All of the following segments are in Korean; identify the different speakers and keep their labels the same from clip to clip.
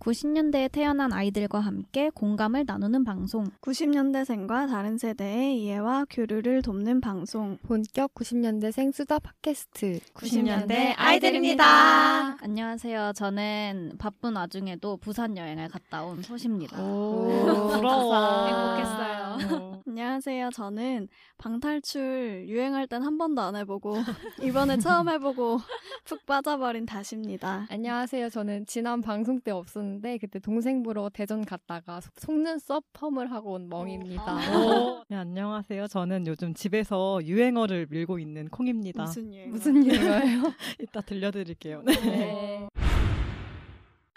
Speaker 1: 90년대에 태어난 아이들과 함께 공감을 나누는 방송.
Speaker 2: 90년대생과 다른 세대의 이해와 교류를 돕는 방송.
Speaker 3: 본격 90년대생 수다 팟캐스트
Speaker 2: 90년대 아이들입니다.
Speaker 1: 안녕하세요. 저는 바쁜 와중에도 부산 여행을 갔다 온
Speaker 2: 아,
Speaker 1: 소시입니다. 부러워.
Speaker 3: 행복했어요.
Speaker 2: 안녕하세요. 저는 방탈출 유행할 땐 한 번도 안 해보고 이번에 처음 해보고 푹 빠져버린 다시입니다.
Speaker 3: 안녕하세요. 저는 지난 방송 때 없었는데 그때 동생 보러 대전 갔다가 속- 속눈썹 펌을 하고 온
Speaker 2: 어.
Speaker 3: 멍입니다.
Speaker 4: 네, 안녕하세요. 저는 요즘 집에서 유행어를 밀고 있는 콩입니다.
Speaker 2: 무슨 유행?
Speaker 3: 무슨 일인가요?
Speaker 4: 이따 들려드릴게요. 네.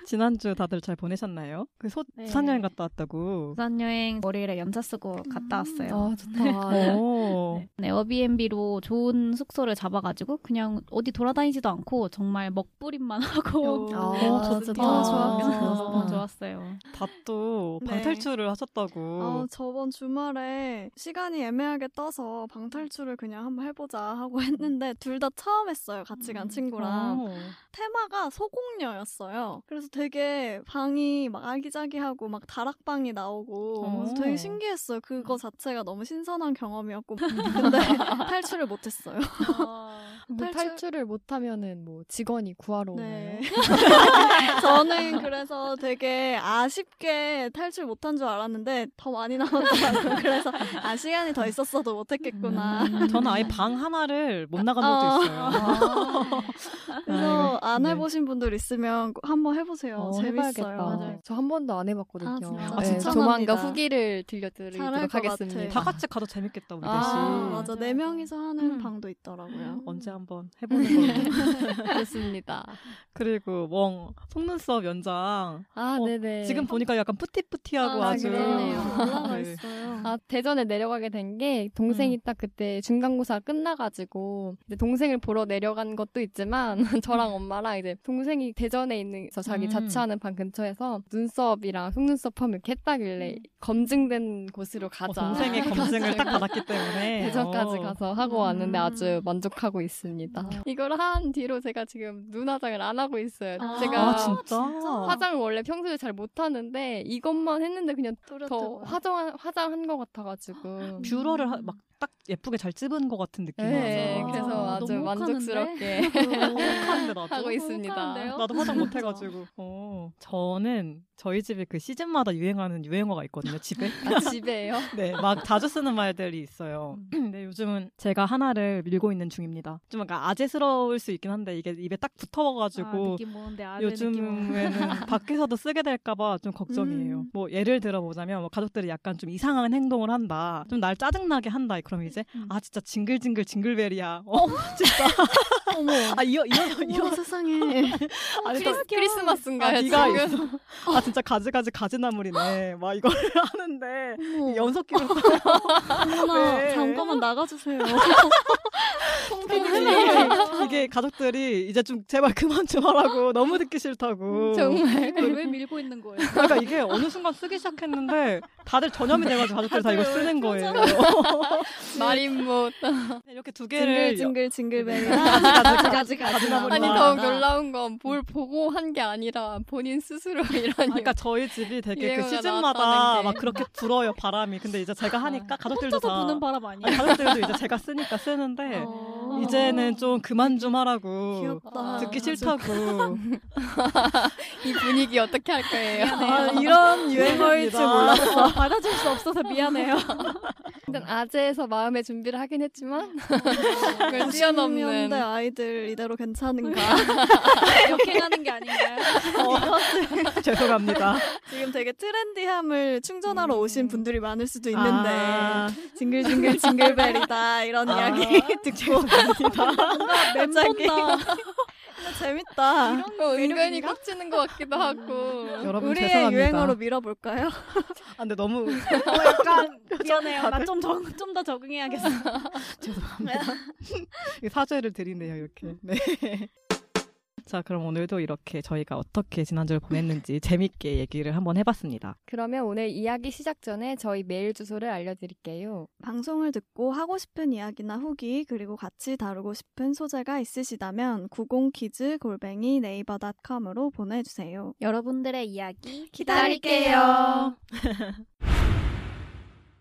Speaker 4: 지난주 다들 잘 보내셨나요? 그 소,
Speaker 1: 네.
Speaker 4: 부산 여행 갔다 왔다고.
Speaker 1: 부산 여행 월요일에 연차 쓰고 갔다 왔어요.
Speaker 3: 아 좋다.
Speaker 4: 오.
Speaker 1: 네, 에어비앤비로 좋은 숙소를 잡아가지고 그냥 어디 돌아다니지도 않고 정말 먹부림만 하고
Speaker 2: 요.
Speaker 3: 아,
Speaker 4: 어,
Speaker 1: 진짜
Speaker 4: 좋다.
Speaker 1: 너무 좋았어요.
Speaker 3: 아,
Speaker 1: 너무 좋았어요.
Speaker 4: 다 또
Speaker 2: 네.
Speaker 4: 방탈출을 하셨다고.
Speaker 2: 아, 저번 주말에 시간이 애매하게 떠서 방탈출을 그냥 한번 해보자 하고 했는데 둘 다 처음 했어요. 같이 간 친구랑.
Speaker 4: 오.
Speaker 2: 테마가 소공녀였어요. 그래서 되게 방이 막 아기자기하고 막 다락방이 나오고
Speaker 4: 어.
Speaker 2: 그래서 되게 신기했어요.
Speaker 3: 음.
Speaker 2: 그거 자체가 너무 신선한 경험이었고 근데 탈출을 못했어요.
Speaker 1: 아,
Speaker 3: 뭐
Speaker 2: 탈출-
Speaker 3: 탈출을 못하면은 뭐 직원이 구하러 오나요?
Speaker 2: 네. 저는 그래서 되게 아쉽게 탈출 못한 줄 알았는데 더 많이 나왔더라고요. 그래서 아 시간이 더 있었어도 못했겠구나.
Speaker 4: 음, 저는 아예 방 하나를 못 나간
Speaker 2: 아.
Speaker 4: 적도 있어요.
Speaker 2: 그래서
Speaker 4: 아이고,
Speaker 2: 안
Speaker 4: 네.
Speaker 2: 해보신 분들 있으면 꼭 한번 해보세요.
Speaker 3: 어,
Speaker 2: 재밌어요.
Speaker 3: 해봐야겠다.
Speaker 2: 맞아요.
Speaker 3: 저 한 번도 안 해봤거든요. 네,
Speaker 2: 아, 진짜?
Speaker 4: 아, 진짜?
Speaker 3: 조만간
Speaker 2: 추천합니다.
Speaker 3: 후기를
Speaker 2: 잘할
Speaker 3: 들려드리도록
Speaker 2: 것
Speaker 3: 하겠습니다.
Speaker 2: 같아.
Speaker 4: 다 같이 가도 재밌겠다, 우리
Speaker 3: 아.
Speaker 4: 넷이.
Speaker 2: 아, 음.
Speaker 3: 맞아,
Speaker 2: 맞아.
Speaker 3: 맞아.
Speaker 2: 네 명이서 하는
Speaker 1: 음.
Speaker 2: 방도
Speaker 3: 음.
Speaker 2: 있더라고요.
Speaker 4: 언제 한번 해보는 걸로.
Speaker 3: 좋습니다.
Speaker 4: 그리고 멍 속눈썹 연장.
Speaker 3: 아
Speaker 4: 어,
Speaker 3: 네네.
Speaker 4: 지금 보니까 약간 뿌티뿌티하고
Speaker 3: 아,
Speaker 4: 아, 주
Speaker 3: 그러네요.
Speaker 2: 올라가
Speaker 4: 네.
Speaker 2: 있어요.
Speaker 3: 아, 대전에 내려가게 된 게 동생이
Speaker 4: 음.
Speaker 3: 딱 그때 중간고사 끝나가지고 이제 동생을 보러 내려간 것도 있지만 저랑 엄마랑 이제 동생이 대전에 있는 저 자기
Speaker 4: 음.
Speaker 3: 자취하는 방 근처에서 눈썹이랑 속눈썹 펌 이렇게 했다길래 검증된 곳으로
Speaker 4: 음. 어,
Speaker 3: 가자.
Speaker 4: 동생의 검증을 딱 받았기 때문에
Speaker 3: 대전까지
Speaker 4: 어. 아.
Speaker 3: 가서 하고 왔는데
Speaker 2: 음.
Speaker 3: 아주 만족하고 있습니다. 이걸 한 뒤로 제가 지금 눈 화장을 안 하고 있어요.
Speaker 2: 아,
Speaker 3: 제가
Speaker 4: 아 진짜?
Speaker 3: 화장을 원래 평소에 잘 못하는데 이것만 했는데 그냥 더
Speaker 2: 또렷하고요.
Speaker 3: 화장 화장한 것 같아가지고
Speaker 4: 뷰러를 막 딱 예쁘게 잘 찝은 것 같은 느낌
Speaker 3: 네,
Speaker 4: 나서
Speaker 3: 그래서 아,
Speaker 1: 아,
Speaker 3: 아주
Speaker 1: 너무
Speaker 3: 만족스럽게
Speaker 4: 행복한데 나도
Speaker 3: 하고 있습니다.
Speaker 1: 행복한데요?
Speaker 4: 나도 화장 못 해가지고 어, 저는 저희 집에 그 시즌마다 유행하는 유행어가 있거든요 집에
Speaker 3: 아, 집에요.
Speaker 4: 네, 막 자주 쓰는 말들이 있어요. 근데 요즘은 제가 하나를 밀고 있는 중입니다. 좀 약간 아재스러울 수 있긴 한데 이게 입에 딱 붙어가지고
Speaker 1: 아, 느낌 오는데 아래 느낌 오는데.
Speaker 4: 요즘에는 밖에서도 쓰게 될까봐 좀 걱정이에요.
Speaker 2: 음.
Speaker 4: 뭐 예를 들어보자면 뭐 가족들이 약간 좀 이상한 행동을 한다, 좀 날 짜증나게 한다. 그럼 이제
Speaker 1: 음.
Speaker 4: 아 진짜 징글징글 징글벨이야. 어, 진짜.
Speaker 2: 어머.
Speaker 4: 아 이어 이어
Speaker 2: 어머,
Speaker 4: 이어.
Speaker 2: 세상에.
Speaker 4: 아, 진짜.
Speaker 3: 크리스마스인가요?
Speaker 4: 아, 네가
Speaker 3: 지금?
Speaker 4: 있어. 아 진짜 가지가지 가지나물이네. 막 이걸 하는데
Speaker 3: 어.
Speaker 4: 연속 기록
Speaker 2: 어머나,
Speaker 4: 네.
Speaker 2: 잠깐만 나가주세요.
Speaker 4: 이게- 이게 가족들이 이제 좀 제발 그만 좀 하라고 너무 듣기
Speaker 3: 그
Speaker 4: 싫다고.
Speaker 3: 정말
Speaker 1: 이걸 왜 밀고 있는 거예요?
Speaker 4: 그러니까 이게 어느 순간 쓰기 시작했는데 다들 전염이 돼가지고 가족들이 다 이걸 쓰는 거예요.
Speaker 3: 말인 못.
Speaker 4: 이렇게 두 개를
Speaker 2: 징글징글
Speaker 4: 네.
Speaker 2: 징글벨.
Speaker 4: 가지가지
Speaker 1: 가지나물이다.
Speaker 3: 아니
Speaker 4: 가지나물이다.
Speaker 3: 더욱 놀라운 건 뭘 보고 한 게 아니라 본인 스스로 이런
Speaker 4: 그러니까 저희 집이 되게 그
Speaker 3: 유행어가
Speaker 4: 시즌마다
Speaker 3: 나왔다는
Speaker 4: 막
Speaker 3: 게.
Speaker 4: 그렇게 불어요 바람이. 근데 이제 제가 하니까 가족들도
Speaker 1: 혼자서
Speaker 4: 다
Speaker 1: 부는 바람 아니에요?
Speaker 4: 아니, 가족들도 이제 제가 쓰니까 쓰는데
Speaker 2: 어.
Speaker 4: 이제는 좀 그만 좀 하라고.
Speaker 2: 귀엽다. 아,
Speaker 4: 듣기 싫다고.
Speaker 3: 이 분위기 어떻게 할 거예요?
Speaker 4: 아, 이런
Speaker 2: 유행어일 줄
Speaker 4: 몰랐어.
Speaker 1: 받아줄 수 없어서 미안해요.
Speaker 3: 일단 아재에서 마음의 준비를 하긴 했지만
Speaker 1: 아, 네,
Speaker 3: 그걸 뛰어넘는
Speaker 4: 네.
Speaker 2: 90년대 아이들 이대로 괜찮은가?
Speaker 1: 역행하는 게 아닌가요?
Speaker 2: 어.
Speaker 4: 죄송합니다.
Speaker 2: 지금 되게 트렌디함을 충전하러 오신 분들이 많을 수도 있는데
Speaker 4: 아.
Speaker 2: 징글징글 징글벨이다 이런
Speaker 4: 아.
Speaker 2: 이야기 듣고 뭔가 갑자기
Speaker 1: 다
Speaker 2: 재밌다.
Speaker 3: 거뭐 아. 은근히 꽂히는 것 같기도 하고
Speaker 4: 여러분
Speaker 2: 우리의
Speaker 4: 죄송합니다.
Speaker 2: 유행어로 밀어볼까요?
Speaker 4: 아, 근데 너무 어,
Speaker 1: 약간 미안해요. 나 좀 좀 더 적응해야겠어.
Speaker 4: 죄송합니다. 사죄를 드리네요 이렇게. 네. 자, 그럼 오늘도 이렇게 저희가 어떻게 지난주를 보냈는지 재밌게 얘기를 한번 해봤습니다.
Speaker 3: 그러면 오늘 이야기 시작 전에 저희 메일 주소를 알려드릴게요.
Speaker 2: 방송을 듣고 하고 싶은 이야기나 후기 그리고 같이 다루고 싶은 소재가 있으시다면 90키즈 골뱅이 네이버닷컴으로 보내주세요.
Speaker 1: 여러분들의 이야기
Speaker 2: 기다릴게요.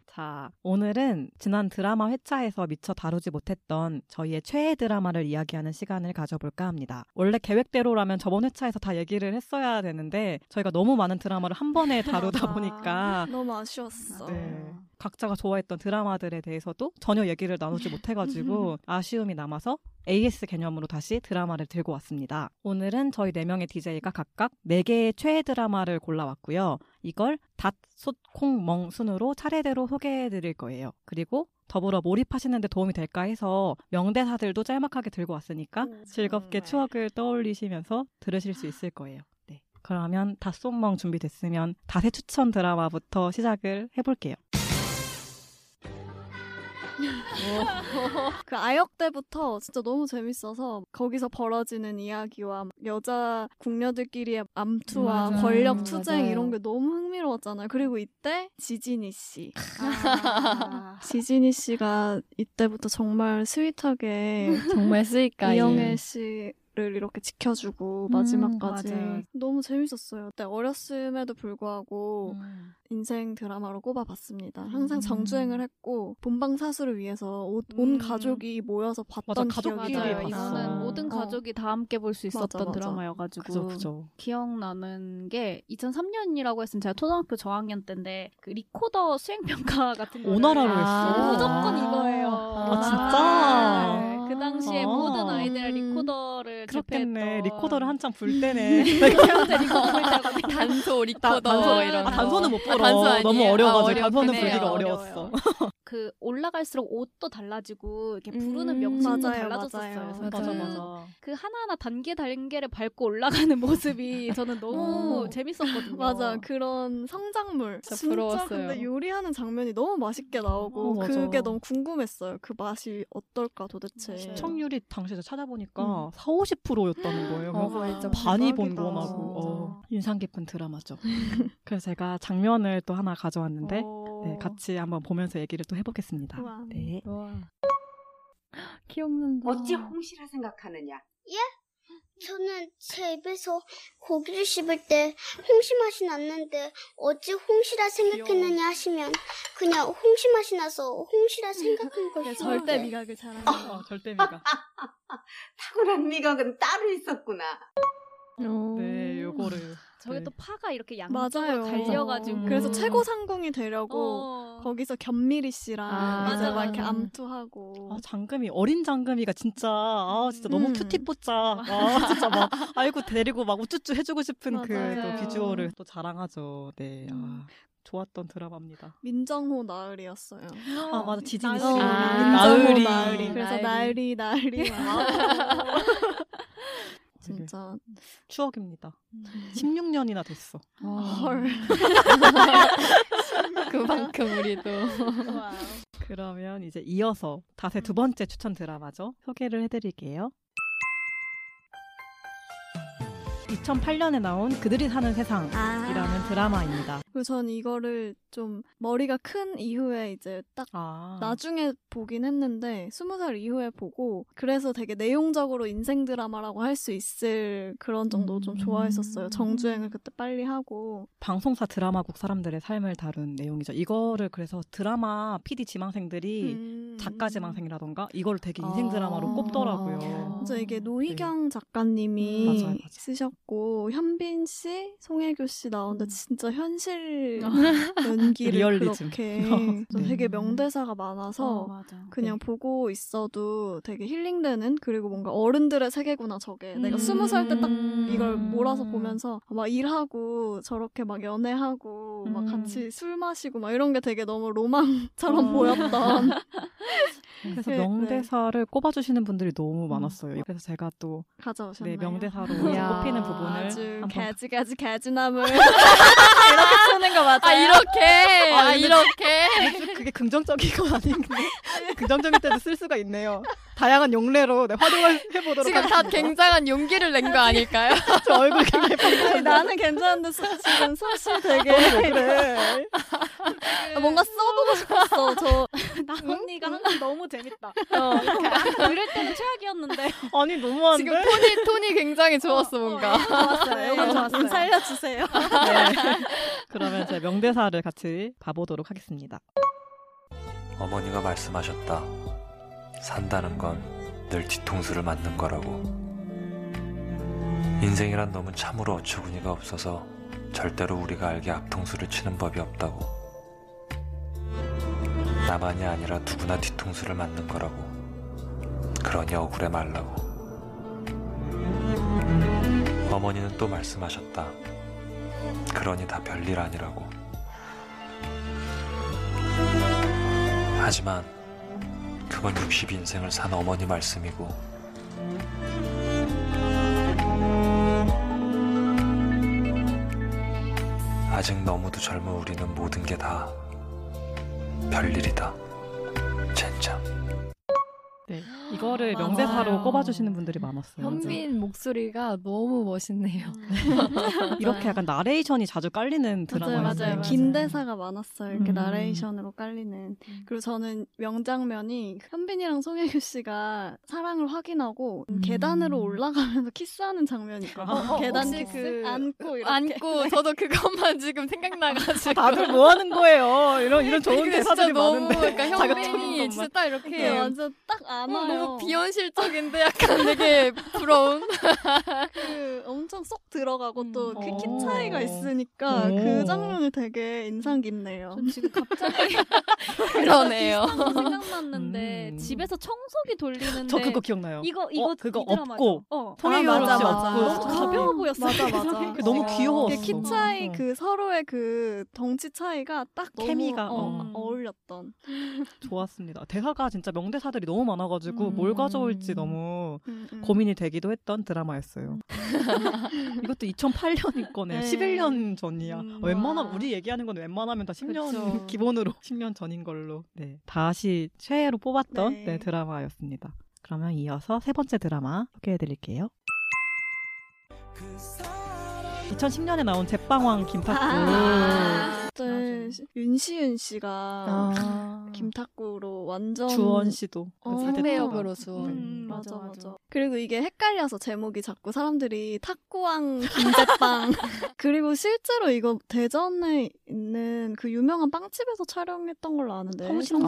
Speaker 4: 자, 오늘은 지난 드라마 회차에서 미처 다루지 못했던 저희의 최애 드라마를 이야기하는 시간을 가져볼까 합니다. 원래 계획대로라면 저번 회차에서 다 얘기를 했어야 되는데 저희가 너무 많은 드라마를 한 번에 다루다
Speaker 2: 맞아.
Speaker 4: 보니까
Speaker 2: 너무 아쉬웠어.
Speaker 4: 네. 각자가 좋아했던 드라마들에 대해서도 전혀 얘기를 나누지 못해가지고 아쉬움이 남아서 AS 개념으로 다시 드라마를 들고 왔습니다. 오늘은 저희 네명의 DJ가 각각 네개의 최애 드라마를 골라왔고요. 이걸 닷, 솥, 콩, 멍 순으로 차례대로 소개해드릴 거예요. 그리고 더불어 몰입하시는데 도움이 될까 해서 명대사들도 짤막하게 들고 왔으니까
Speaker 2: 음,
Speaker 4: 즐겁게
Speaker 2: 정말.
Speaker 4: 추억을 떠올리시면서 들으실 수 있을 거예요. 네. 그러면 닷, 솥, 멍 준비됐으면 닷의 추천 드라마부터 시작을 해볼게요.
Speaker 2: 그 아역 때부터 진짜 너무 재밌어서 거기서 벌어지는 이야기와 여자 궁녀들끼리의 암투와
Speaker 4: 맞아요.
Speaker 2: 권력 투쟁
Speaker 3: 맞아요.
Speaker 2: 이런 게 너무 흥미로웠잖아요. 그리고 이때 지진이 씨.
Speaker 4: 아.
Speaker 2: 지진이 씨가 이때부터 정말 스윗하게
Speaker 3: 정말 쓰이까
Speaker 2: 이영애 씨를 이렇게 지켜주고
Speaker 1: 음,
Speaker 2: 마지막까지
Speaker 4: 맞아요.
Speaker 2: 너무 재밌었어요. 그때 어렸음에도 불구하고
Speaker 1: 음.
Speaker 2: 인생 드라마로 꼽아봤습니다. 항상
Speaker 4: 음.
Speaker 2: 정주행을 했고 본방 사수를 위해서 오- 온
Speaker 4: 음.
Speaker 2: 가족이 모여서 봤던
Speaker 4: 맞아, 가족끼리
Speaker 2: 기억이
Speaker 1: 맞아요.
Speaker 4: 봤어. 음.
Speaker 1: 이거는 모든 가족이 다 함께 볼 수 있었던
Speaker 2: 맞아, 맞아.
Speaker 1: 드라마여가지고
Speaker 4: 그죠, 그죠.
Speaker 1: 기억나는 게 2003년이라고 했으면 제가 초등학교 저학년 때인데 그 리코더 수행평가 같은 거
Speaker 4: 오나라로 했어.
Speaker 1: 무조건
Speaker 4: 아.
Speaker 1: 이거예요.
Speaker 4: 아,
Speaker 1: 네,
Speaker 4: 진짜?
Speaker 1: 그 당시에
Speaker 4: 아.
Speaker 1: 모든 아이들
Speaker 2: 음.
Speaker 1: 리코더를
Speaker 4: 그렇겠네. 어. 음.
Speaker 1: 접했던-
Speaker 4: 리코더를 한참 불 때네. 아,
Speaker 1: 키웠는데 리코더 불 때가
Speaker 3: 단소 리코더
Speaker 1: 단소,
Speaker 3: 이런
Speaker 1: 아,
Speaker 3: 거.
Speaker 1: 단소는
Speaker 4: 못
Speaker 3: 아, 단소 아니에요?
Speaker 4: 너무 어려워가지고
Speaker 3: 아,
Speaker 4: 단소는
Speaker 3: 어렵긴
Speaker 4: 불기가
Speaker 3: 해요.
Speaker 4: 어려웠어.
Speaker 1: 그 올라갈수록 옷도 달라지고 이렇게 부르는
Speaker 3: 음,
Speaker 1: 명칭도
Speaker 2: 맞아요,
Speaker 1: 달라졌었어요.
Speaker 2: 맞아요.
Speaker 1: 그래서
Speaker 3: 맞아,
Speaker 1: 그-
Speaker 3: 맞아.
Speaker 4: 음.
Speaker 1: 그 하나하나 단계 단계를 밟고 올라가는 모습이 저는 너무
Speaker 2: 어.
Speaker 1: 재밌었거든요.
Speaker 4: 어.
Speaker 2: 맞아 그런 성장물
Speaker 3: 진짜 부러웠어요.
Speaker 2: 근데 요리하는 장면이 너무 맛있게
Speaker 4: 어,
Speaker 2: 나오고
Speaker 4: 맞아.
Speaker 2: 그게 너무 궁금했어요 그 맛이 어떨까 도대체
Speaker 1: 맞아요.
Speaker 4: 시청률이 당시에 찾아보니까
Speaker 2: 음.
Speaker 4: 4, 50%였다는 거예요.
Speaker 3: 어,
Speaker 4: 그래서
Speaker 3: 진짜
Speaker 4: 반이 본
Speaker 2: 대박이다.
Speaker 4: 거나고 어,
Speaker 2: 진짜.
Speaker 4: 인상 깊은 드라마죠. 그래서 제가 장면을 또 하나 가져왔는데
Speaker 2: 어.
Speaker 4: 네, 같이 한번 보면서 얘기를 또 해보겠습니다.
Speaker 2: 우와.
Speaker 4: 네.
Speaker 3: 기억난다.
Speaker 5: 어찌 홍시라 생각하느냐?
Speaker 6: 저는 제 입에서 고기를 씹을 때 홍시 맛이 났는데 어찌 홍시라 생각했느냐 하시면 그냥 홍시 맛이 나서 홍시라 생각한
Speaker 2: 네,
Speaker 7: 아.
Speaker 6: 것이요.
Speaker 2: 절대 미각을 잘한다
Speaker 4: 어, 절대 미가.
Speaker 5: 탁월한 미각은 따로 있었구나.
Speaker 4: 네, 요거를.
Speaker 1: 저게
Speaker 4: 네.
Speaker 1: 또 파가 이렇게
Speaker 2: 맞아요.
Speaker 1: 양쪽으로 갈려가지고
Speaker 4: 음.
Speaker 2: 그래서 최고 상궁이 되려고
Speaker 1: 어.
Speaker 2: 거기서 견미리 씨랑
Speaker 3: 아,
Speaker 2: 이제
Speaker 1: 맞아,
Speaker 2: 막 이렇게
Speaker 3: 맞아.
Speaker 2: 암투하고
Speaker 4: 아, 장금이 어린 장금이가 진짜 아 진짜 너무
Speaker 2: 음.
Speaker 4: 큐티뽀짜 아 진짜 막 아이고 데리고 막 우쭈쭈 해주고 싶은 그
Speaker 2: 맞아요. 음.
Speaker 4: 또 비주얼을 또 자랑하죠. 네, 아, 좋았던 드라마입니다.
Speaker 2: 민정호 나으리였어요.
Speaker 4: 아 맞아 지진이
Speaker 2: 나으리.
Speaker 4: 씨.
Speaker 3: 아,
Speaker 2: 민정호
Speaker 4: 나으리.
Speaker 2: 나으리. 그래서
Speaker 3: 나으리.
Speaker 2: 나으리 나으리.
Speaker 1: 아.
Speaker 2: 진짜 음.
Speaker 4: 추억입니다. 16년이나 됐어.
Speaker 2: 헐.
Speaker 3: 그만큼 우리도.
Speaker 4: 그러면 이제 이어서
Speaker 2: 음.
Speaker 4: 닷의 두 번째 추천 드라마죠. 소개를 해드릴게요. 2008년에 나온 그들이 사는 세상이라는
Speaker 2: 아.
Speaker 4: 드라마입니다.
Speaker 2: 그리고 전 이거를 좀 머리가 큰 이후에 이제 딱
Speaker 4: 아,
Speaker 2: 나중에 보긴 했는데 스무 살 이후에 보고 그래서 되게 내용적으로 인생 드라마라고 할 수 있을 그런 정도 좀
Speaker 4: 음.
Speaker 2: 좋아했었어요. 정주행을 그때 빨리 하고
Speaker 4: 방송사 드라마국 사람들의 삶을 다룬 내용이죠. 이거를 그래서 드라마 PD 지망생들이
Speaker 2: 음.
Speaker 4: 작가 지망생이라던가 이걸 되게 인생
Speaker 3: 아.
Speaker 4: 드라마로 꼽더라고요.
Speaker 2: 맞아 이게 노희경 작가님이
Speaker 4: 네. 음, 맞아요, 맞아요.
Speaker 2: 쓰셨고 현빈 씨, 송혜교 씨 나오는데
Speaker 4: 음. 아.
Speaker 2: 진짜 현실
Speaker 1: 어.
Speaker 2: 연기를
Speaker 4: 리얼리즘.
Speaker 2: 그렇게
Speaker 4: 네.
Speaker 2: 또 되게 명대사가 많아서
Speaker 1: 어, 맞아.
Speaker 2: 그냥 보고 있어도 되게 힐링되는 그리고 뭔가 어른들의 세계구나 저게 내가
Speaker 4: 음.
Speaker 2: 스무 살 때 딱 이걸
Speaker 4: 음.
Speaker 2: 몰아서 보면서 막 일하고 저렇게 막 연애하고 막
Speaker 4: 음.
Speaker 2: 같이 술 마시고 막 이런 게 되게 너무 로망처럼
Speaker 4: 어.
Speaker 2: 보였던
Speaker 4: 그래서
Speaker 2: 네,
Speaker 4: 명대사를 꼽아주시는 분들이 너무
Speaker 2: 음.
Speaker 4: 많았어요. 그래서 제가 또
Speaker 2: 가져오셨나요?
Speaker 4: 네, 명대사로
Speaker 3: 이야.
Speaker 4: 꼽히는
Speaker 2: 아,
Speaker 4: 부분을
Speaker 2: 아주
Speaker 4: 한번
Speaker 2: 가지 가지 가지나물
Speaker 1: 이렇게 쓰는 거
Speaker 2: 맞아요.
Speaker 3: 아 이렇게 아
Speaker 4: 근데-
Speaker 3: 이렇게
Speaker 4: 그게 긍정적인 건 아닌데 긍정적일 때도 쓸 수가 있네요. 다양한 용례로 네, 활용을 해보도록
Speaker 3: 지금 다 굉장한 용기를 낸 거 아닐까요?
Speaker 4: 저 얼굴 굉장히
Speaker 2: 아니, 나는 괜찮은데 소- 지금 사실 되게
Speaker 4: 그래.
Speaker 2: 아, 뭔가 써보고 싶었어. 저
Speaker 1: 나 언니가 항상 너무 재밌다. 어. 들을 때는 최악이었는데.
Speaker 4: 아니 너무한데.
Speaker 3: 지금 톤이 톤이 굉장히 좋았어 뭔가.
Speaker 1: 좋았어요. 이건 좋았어요.
Speaker 2: 살려주세요.
Speaker 4: 네. 그러면 제 명대사를 같이 봐보도록 하겠습니다.
Speaker 8: 어머니가 말씀하셨다. 산다는 건 늘 뒤통수를 맞는 거라고. 인생이란 놈은 참으로 어처구니가 없어서 절대로 우리가 알게 앞통수를 치는 법이 없다고. 나만이 아니라 누구나 뒤통수를 맞는 거라고. 그러니 억울해 말라고. 어머니는 또 말씀하셨다. 그러니 다 별일 아니라고. 하지만 그건 60인생을 산 어머니 말씀이고 아직 너무도 젊은 우리는 모든 게 다 별일이다. 젠장.
Speaker 4: 네. 이거를
Speaker 3: 맞아요.
Speaker 4: 명대사로 꼽아주시는 분들이 많았어요.
Speaker 3: 현빈 목소리가 너무 멋있네요.
Speaker 4: 이렇게 약간 나레이션이 자주 깔리는 드라마였어요.
Speaker 3: 맞아요, 맞아요.
Speaker 2: 긴 대사가 많았어요. 이렇게
Speaker 4: 음.
Speaker 2: 나레이션으로 깔리는.
Speaker 3: 음.
Speaker 2: 그리고 저는 명장면이 현빈이랑 송혜교 씨가 사랑을 확인하고
Speaker 4: 음.
Speaker 2: 계단으로 올라가면서 키스하는 장면이 있거든요.
Speaker 4: 어, 어,
Speaker 2: 계단
Speaker 3: 혹시
Speaker 2: 그
Speaker 3: 그-
Speaker 2: 안고 이렇게.
Speaker 3: 안고 저도 그것만 지금 생각나가지고.
Speaker 4: 다들 뭐 하는 거예요? 이런 이런 좋은
Speaker 3: 근데 그
Speaker 4: 대사들이
Speaker 3: 진짜 너무
Speaker 4: 많은데.
Speaker 3: 그러니까
Speaker 4: 자극적인
Speaker 3: 현빈이
Speaker 4: 것만.
Speaker 3: 진짜 딱
Speaker 2: 이렇게
Speaker 3: 이렇게
Speaker 4: 그러니까.
Speaker 2: 완전 딱 안아요.
Speaker 3: 어, 너무 비현실적인데 약간 되게 부러운.
Speaker 2: 그 엄청 쏙 들어가고
Speaker 1: 음.
Speaker 2: 또 그
Speaker 4: 오.
Speaker 2: 키 차이가 있으니까
Speaker 4: 오.
Speaker 2: 그 장면이 되게 인상 깊네요.
Speaker 1: 전 지금 갑자기
Speaker 3: 그러네요.
Speaker 1: 아, 비슷한 거 생각났는데
Speaker 4: 음.
Speaker 1: 집에서 청소기 돌리는데
Speaker 3: 네.
Speaker 4: 저 그거 기억나요.
Speaker 1: 이거 이거
Speaker 4: 어, 그거
Speaker 1: 이 드라마죠.
Speaker 4: 없고.
Speaker 1: 어.
Speaker 4: 통일교
Speaker 2: 맞아,
Speaker 4: 없이
Speaker 2: 맞아.
Speaker 4: 없고.
Speaker 1: 너무 가벼워 보였어.
Speaker 2: 맞아, 맞아.
Speaker 4: 그 너무
Speaker 2: 어.
Speaker 4: 귀여웠어.
Speaker 2: 그 키 차이
Speaker 4: 어.
Speaker 2: 그 서로의 그 덩치 차이가 딱 너무,
Speaker 4: 케미가,
Speaker 2: 어,
Speaker 1: 어.
Speaker 2: 울렸던
Speaker 4: 좋았습니다. 대사가 진짜 명대사들이 너무 많아가지고
Speaker 1: 음.
Speaker 4: 뭘 가져올지 너무
Speaker 2: 음,
Speaker 4: 고민이 되기도 했던 드라마였어요. 이것도 2008년인 거네요.
Speaker 2: 네.
Speaker 4: 11년 전이야.
Speaker 2: 음,
Speaker 4: 웬만하면
Speaker 2: 와.
Speaker 4: 우리 얘기하는 건 웬만하면 다 10년
Speaker 3: 그쵸.
Speaker 4: 기본으로 10년 전인 걸로. 네. 다시 최애로 뽑았던
Speaker 2: 네.
Speaker 4: 네, 드라마였습니다. 그러면 이어서 세 번째 드라마 소개해 드릴게요. 2010년에 나온 제빵왕 김탁구.
Speaker 2: 아, 그때
Speaker 4: 맞아.
Speaker 2: 윤시윤 씨가
Speaker 3: 음.
Speaker 4: 김
Speaker 2: 김탁구로 완전
Speaker 4: 아. 주원 씨도
Speaker 2: 어,
Speaker 4: 그때
Speaker 3: 상대역으로
Speaker 4: 네.
Speaker 3: 주원.
Speaker 2: 음, 맞아, 맞아. 그리고 이게 헷갈려서 제목이 자꾸 사람들이 탁구왕 김제빵. 그리고 실제로 이거 대전에 있는 그 유명한 빵집에서 촬영했던 걸로 아는데.
Speaker 1: 성심빵?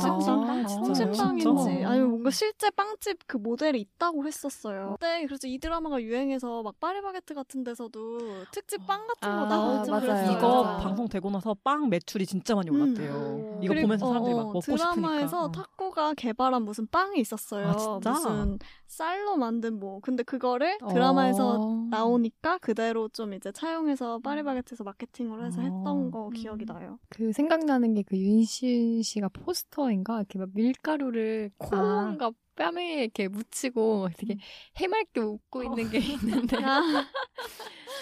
Speaker 2: 성심빵?
Speaker 4: 성심빵? 진짜요?
Speaker 2: 성심빵인지
Speaker 4: 진짜?
Speaker 2: 아니면 뭔가 실제 빵집 그 모델이 있다고 했었어요. 네, 그때 그래서 이 드라마가 유행해서 막 파리바게트 같은 데서도 특집 빵 같은 거
Speaker 3: 아,
Speaker 2: 나오고
Speaker 3: 맞아요.
Speaker 2: 그랬어요.
Speaker 4: 이거
Speaker 3: 맞아요.
Speaker 4: 방송 되고 나서 빵 매출이 진짜 많이
Speaker 2: 음.
Speaker 4: 올랐대요.
Speaker 3: 오.
Speaker 4: 이거
Speaker 2: 그리고-
Speaker 4: 보면서 사람들이 막
Speaker 2: 어,
Speaker 4: 먹고 싶으니까.
Speaker 2: 드라마에서
Speaker 4: 어.
Speaker 2: 탁구가 개발한 무슨 빵이 있었어요.
Speaker 4: 아, 진짜? 어.
Speaker 2: 무슨 쌀로 만든 뭐. 근데 그거를 드라마에서 나오니까 그대로 좀 이제 차용해서 파리바게트에서 마케팅으로 해서
Speaker 4: 어.
Speaker 2: 했던 거 기억이 나요.
Speaker 3: 그 생각나는 게 그 윤시윤 씨가 포스터인가 이렇게 막 밀가루를
Speaker 2: 아.
Speaker 3: 코인가 뺨에 이렇게 묻히고 막
Speaker 2: 음.
Speaker 3: 되게 해맑게 웃고
Speaker 2: 어.
Speaker 3: 있는 게 있는데
Speaker 2: 아,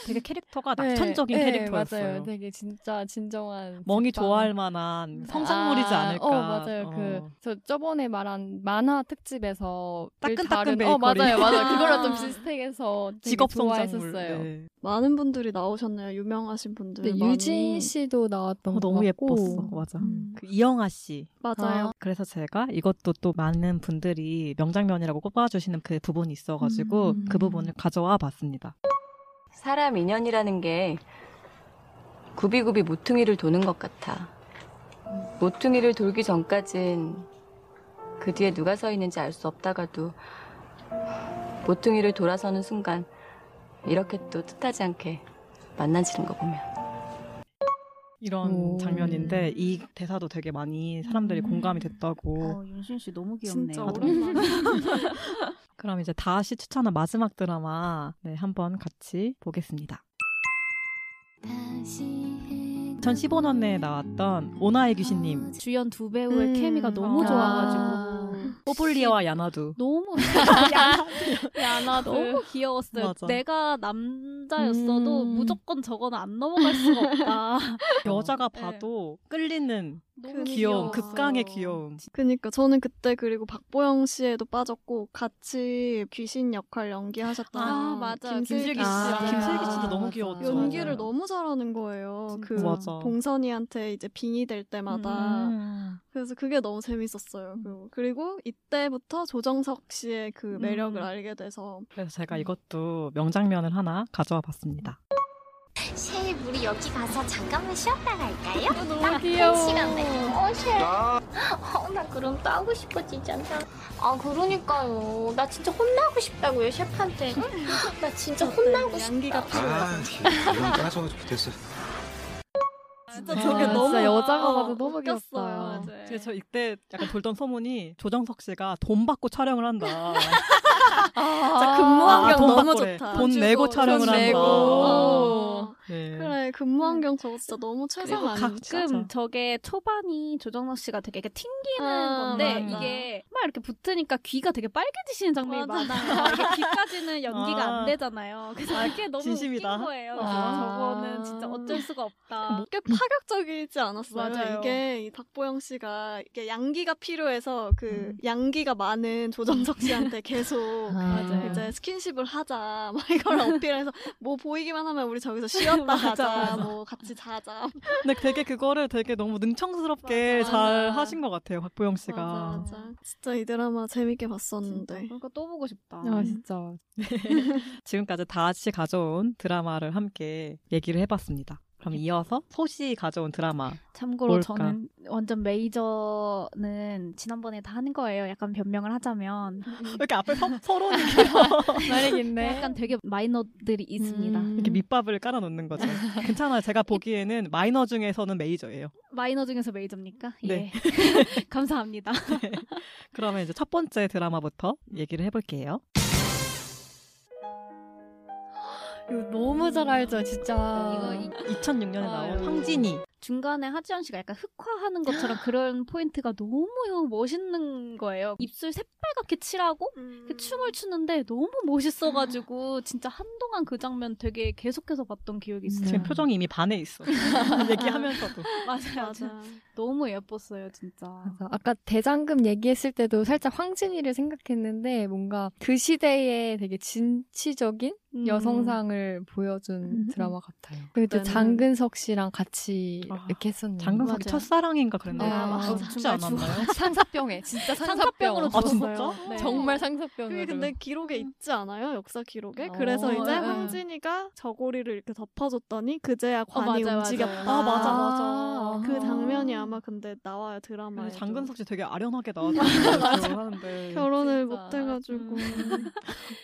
Speaker 4: 되게 캐릭터가
Speaker 3: 네,
Speaker 4: 낙천적인
Speaker 3: 네,
Speaker 4: 캐릭터였어요.
Speaker 3: 맞아요. 되게 진짜 진정한
Speaker 4: 멍이
Speaker 3: 직방.
Speaker 4: 좋아할 만한 성장물이지
Speaker 3: 아,
Speaker 4: 않을까.
Speaker 3: 어, 맞아요. 그
Speaker 4: 어.
Speaker 3: 저 저번에 말한 만화 특집에서 늘
Speaker 4: 따끈따끈
Speaker 3: 다룬- 어
Speaker 4: 베이커리.
Speaker 3: 맞아요, 맞아요.
Speaker 2: 아.
Speaker 3: 그거랑 좀 비슷해서 되게
Speaker 4: 직업 성장물.
Speaker 3: 좋아했었어요.
Speaker 4: 네.
Speaker 2: 많은 분들이 나오셨네요. 유명하신 분들.
Speaker 3: 근데
Speaker 2: 음, 많이.
Speaker 3: 유진 씨도 나왔던 것
Speaker 4: 어, 너무
Speaker 3: 같고.
Speaker 4: 예뻤어. 맞아.
Speaker 3: 음.
Speaker 4: 그 이영아 씨.
Speaker 2: 맞아요.
Speaker 4: 그래서 제가 이것도 또 많은 분들이 명장면이라고 꼽아주시는 그 부분이 있어가지고
Speaker 3: 음.
Speaker 4: 그 부분을 가져와 봤습니다.
Speaker 9: 사람 인연이라는 게 굽이굽이 모퉁이를 도는 것 같아. 모퉁이를 돌기 전까진 그 뒤에 누가 서 있는지 알 수 없다가도 모퉁이를 돌아서는 순간 이렇게 또 뜻하지 않게 만나지는 거 보면.
Speaker 4: 이런
Speaker 3: 오.
Speaker 4: 장면인데 이 대사도 되게 많이 사람들이
Speaker 1: 음.
Speaker 4: 공감이 됐다고
Speaker 1: 어, 윤신 씨 너무 귀엽네요.
Speaker 2: 진짜 오랜만에.
Speaker 4: 그럼 이제 다시 추천한 마지막 드라마 네, 한번 같이 보겠습니다. 2015년에 나왔던 오나의 귀신님,
Speaker 1: 주연 두 배우의
Speaker 2: 음,
Speaker 1: 케미가 너무
Speaker 2: 아.
Speaker 1: 좋아가지고
Speaker 4: 뽀블리아와 야나두.
Speaker 1: 너무 야나 너무 귀여웠어요.
Speaker 4: 맞아.
Speaker 1: 내가 남자였어도
Speaker 3: 음.
Speaker 1: 무조건 저거는 안 넘어갈 수가 없다.
Speaker 4: 여자가
Speaker 1: 네.
Speaker 4: 봐도 끌리는
Speaker 2: 음,
Speaker 3: 그
Speaker 1: 너무
Speaker 4: 귀여움,
Speaker 1: 귀여웠어요.
Speaker 4: 극강의 귀여움.
Speaker 2: 그니까 저는 그때 그리고 박보영 씨에도 빠졌고 같이 귀신 역할 연기하셨던
Speaker 1: 아, 맞아요.
Speaker 2: 그 김슬기
Speaker 4: 김슬기
Speaker 2: 씨.
Speaker 4: 씨,
Speaker 1: 아,
Speaker 4: 김슬기 씨도 너무
Speaker 1: 맞아.
Speaker 4: 귀여웠죠.
Speaker 2: 연기를
Speaker 1: 맞아요.
Speaker 2: 너무 잘하는 거예요.
Speaker 1: 진짜.
Speaker 2: 그
Speaker 4: 맞아.
Speaker 2: 봉선이한테 이제 빙의 될 때마다
Speaker 4: 음.
Speaker 2: 그래서 그게 너무 재밌었어요.
Speaker 1: 음.
Speaker 2: 그리고, 그리고 이때부터 조정석 씨의 그 매력을
Speaker 4: 음.
Speaker 2: 알게 돼서
Speaker 4: 그래서 제가 이것도 명장면을 하나 가져와 봤습니다.
Speaker 10: 셰일 우리 여기 가서 잠깐만 쉬었다 갈까요?
Speaker 2: 어,
Speaker 3: 너무
Speaker 10: 시간에.
Speaker 3: 귀여워.
Speaker 10: 어, 셰일. 어, 나 그럼 또 하고 싶어지잖아. 아, 그러니까요. 나 진짜 혼나고 싶다고요, 셰프한테. 응? 나 진짜 혼나고 싶다.
Speaker 2: 양기가
Speaker 11: 아, 이런 거 하셔가지고 됐어.
Speaker 1: 아,
Speaker 2: 진짜
Speaker 3: 저게 진짜 너무
Speaker 1: 어.
Speaker 3: 여자가 봐도 너무
Speaker 2: 아,
Speaker 3: 귀엽다.
Speaker 2: 네.
Speaker 4: 제저 이때 약간 돌던 소문이 조정석 씨가 돈 받고 촬영을 한다.
Speaker 2: 아, 진짜 근무
Speaker 3: 아.
Speaker 1: 아,
Speaker 2: 환경
Speaker 4: 돈
Speaker 2: 너무
Speaker 4: 받고래.
Speaker 2: 좋다.
Speaker 4: 돈 내고 촬영을
Speaker 3: 돈
Speaker 4: 한다.
Speaker 3: 내고.
Speaker 2: 어.
Speaker 4: 네.
Speaker 2: 그래 근무 환경 저거 진짜 너무 최상
Speaker 1: 음. 그리고
Speaker 2: 아니
Speaker 1: 가끔 저게 초반이 조정석 씨가 되게 이렇게 튕기는
Speaker 2: 아,
Speaker 1: 건데
Speaker 2: 맞아.
Speaker 1: 이게 막 이렇게 붙으니까 귀가 되게 빨개지시는 장면이
Speaker 2: 맞아.
Speaker 1: 많아요. 이게 귀까지는 연기가
Speaker 4: 아.
Speaker 1: 안 되잖아요. 그래서 그게 너무
Speaker 4: 진심이다.
Speaker 1: 웃긴 거예요. 그래서
Speaker 3: 아.
Speaker 1: 저거는 진짜 어쩔 수가 없다.
Speaker 2: 그뭐 꽤 파격적이지 않았어요.
Speaker 1: 음. 맞아요.
Speaker 2: 이게 이 박보영 씨가 이게 양기가 필요해서 그 양기가 많은 조정석 씨한테 계속
Speaker 1: 음. 맞아요.
Speaker 2: 이제 스킨십을 하자 막 이걸 어필해서 뭐 보이기만 하면 우리 저기서 쉬었다
Speaker 1: 맞아,
Speaker 2: 가자
Speaker 1: 맞아.
Speaker 2: 뭐 같이 자자
Speaker 4: 근데 되게 그거를 되게 너무 능청스럽게
Speaker 2: 맞아,
Speaker 4: 잘
Speaker 2: 맞아.
Speaker 4: 하신 것 같아요, 박보영 씨가.
Speaker 2: 맞아 맞아 진짜 이 드라마 재밌게 봤었는데
Speaker 1: 그러니까 또 보고 싶다.
Speaker 3: 아 진짜.
Speaker 4: 지금까지 다 같이 가져온 드라마를 함께 얘기를 해봤습니다. 그럼
Speaker 2: 네.
Speaker 4: 이어서 소시 가져온
Speaker 2: 음.
Speaker 4: 드라마.
Speaker 1: 참고로
Speaker 4: 뭘까?
Speaker 1: 저는 완전 메이저는 지난번에 다 하는 거예요. 약간 변명을 하자면
Speaker 4: 왜 이렇게 앞에 서, 서론이 이렇게
Speaker 2: 네.
Speaker 3: 말이긴데. 음.
Speaker 1: 약간 되게 마이너들이 있습니다.
Speaker 2: 음.
Speaker 4: 밑밥을 깔아놓는 거죠. 괜찮아요. 제가 보기에는 마이너 중에서는 메이저예요.
Speaker 1: 마이너 중에서 메이저입니까?
Speaker 4: 네.
Speaker 1: 예. 감사합니다.
Speaker 4: 그러면 이제 첫 번째 드라마부터 얘기를 해볼게요.
Speaker 3: 이거 너무 잘 알죠, 진짜.
Speaker 1: 이거
Speaker 4: 2006년에 나온
Speaker 3: 아유.
Speaker 4: 황진이.
Speaker 1: 중간에 하지연 씨가 약간 흑화하는 것처럼 그런 포인트가 너무 멋있는 거예요. 입술 새빨갛게 칠하고 이렇게 춤을 추는데 너무 멋있어가지고 진짜 한동안 그 장면 되게 계속해서 봤던 기억이 있어요.
Speaker 4: 지금 표정이 이미 반해 있어. 얘기하면서도.
Speaker 1: 맞아요.
Speaker 2: 맞아
Speaker 1: 너무 예뻤어요, 진짜.
Speaker 3: 맞아. 아까 대장금 얘기했을 때도 살짝 황진이를 생각했는데 뭔가 그 시대의 되게 진취적인
Speaker 1: 음.
Speaker 3: 여성상을
Speaker 2: 음.
Speaker 3: 보여준 드라마 같아요. 그리고 또
Speaker 2: 그때는-
Speaker 3: 장근석 씨랑 같이
Speaker 4: 아,
Speaker 3: 이렇게 했었는데.
Speaker 4: 장근석이
Speaker 2: 맞아요.
Speaker 4: 첫사랑인가 그랬나요?
Speaker 3: 아, 맞아.
Speaker 4: 죽지
Speaker 3: 정말
Speaker 4: 않았나요?
Speaker 3: 상사병에 진짜 상사병으로
Speaker 4: 아, 진짜?
Speaker 2: 네.
Speaker 3: 정말 상사병으로.
Speaker 2: 그게 근데 기록에 있지 않아요? 역사 기록에?
Speaker 3: 어,
Speaker 2: 그래서 이제
Speaker 3: 예.
Speaker 2: 황진이가 저고리를 이렇게 덮어줬더니 그제야 관이
Speaker 1: 맞아요,
Speaker 2: 움직였다.
Speaker 1: 맞아요. 아, 맞아,
Speaker 3: 맞아.
Speaker 2: 그
Speaker 3: 아.
Speaker 2: 장면이 아마 근데 나와요 드라마에.
Speaker 4: 근데 장근석 씨 되게 아련하게 나왔다고 하는데.
Speaker 2: 결혼을
Speaker 1: 진짜.
Speaker 2: 못 해가지고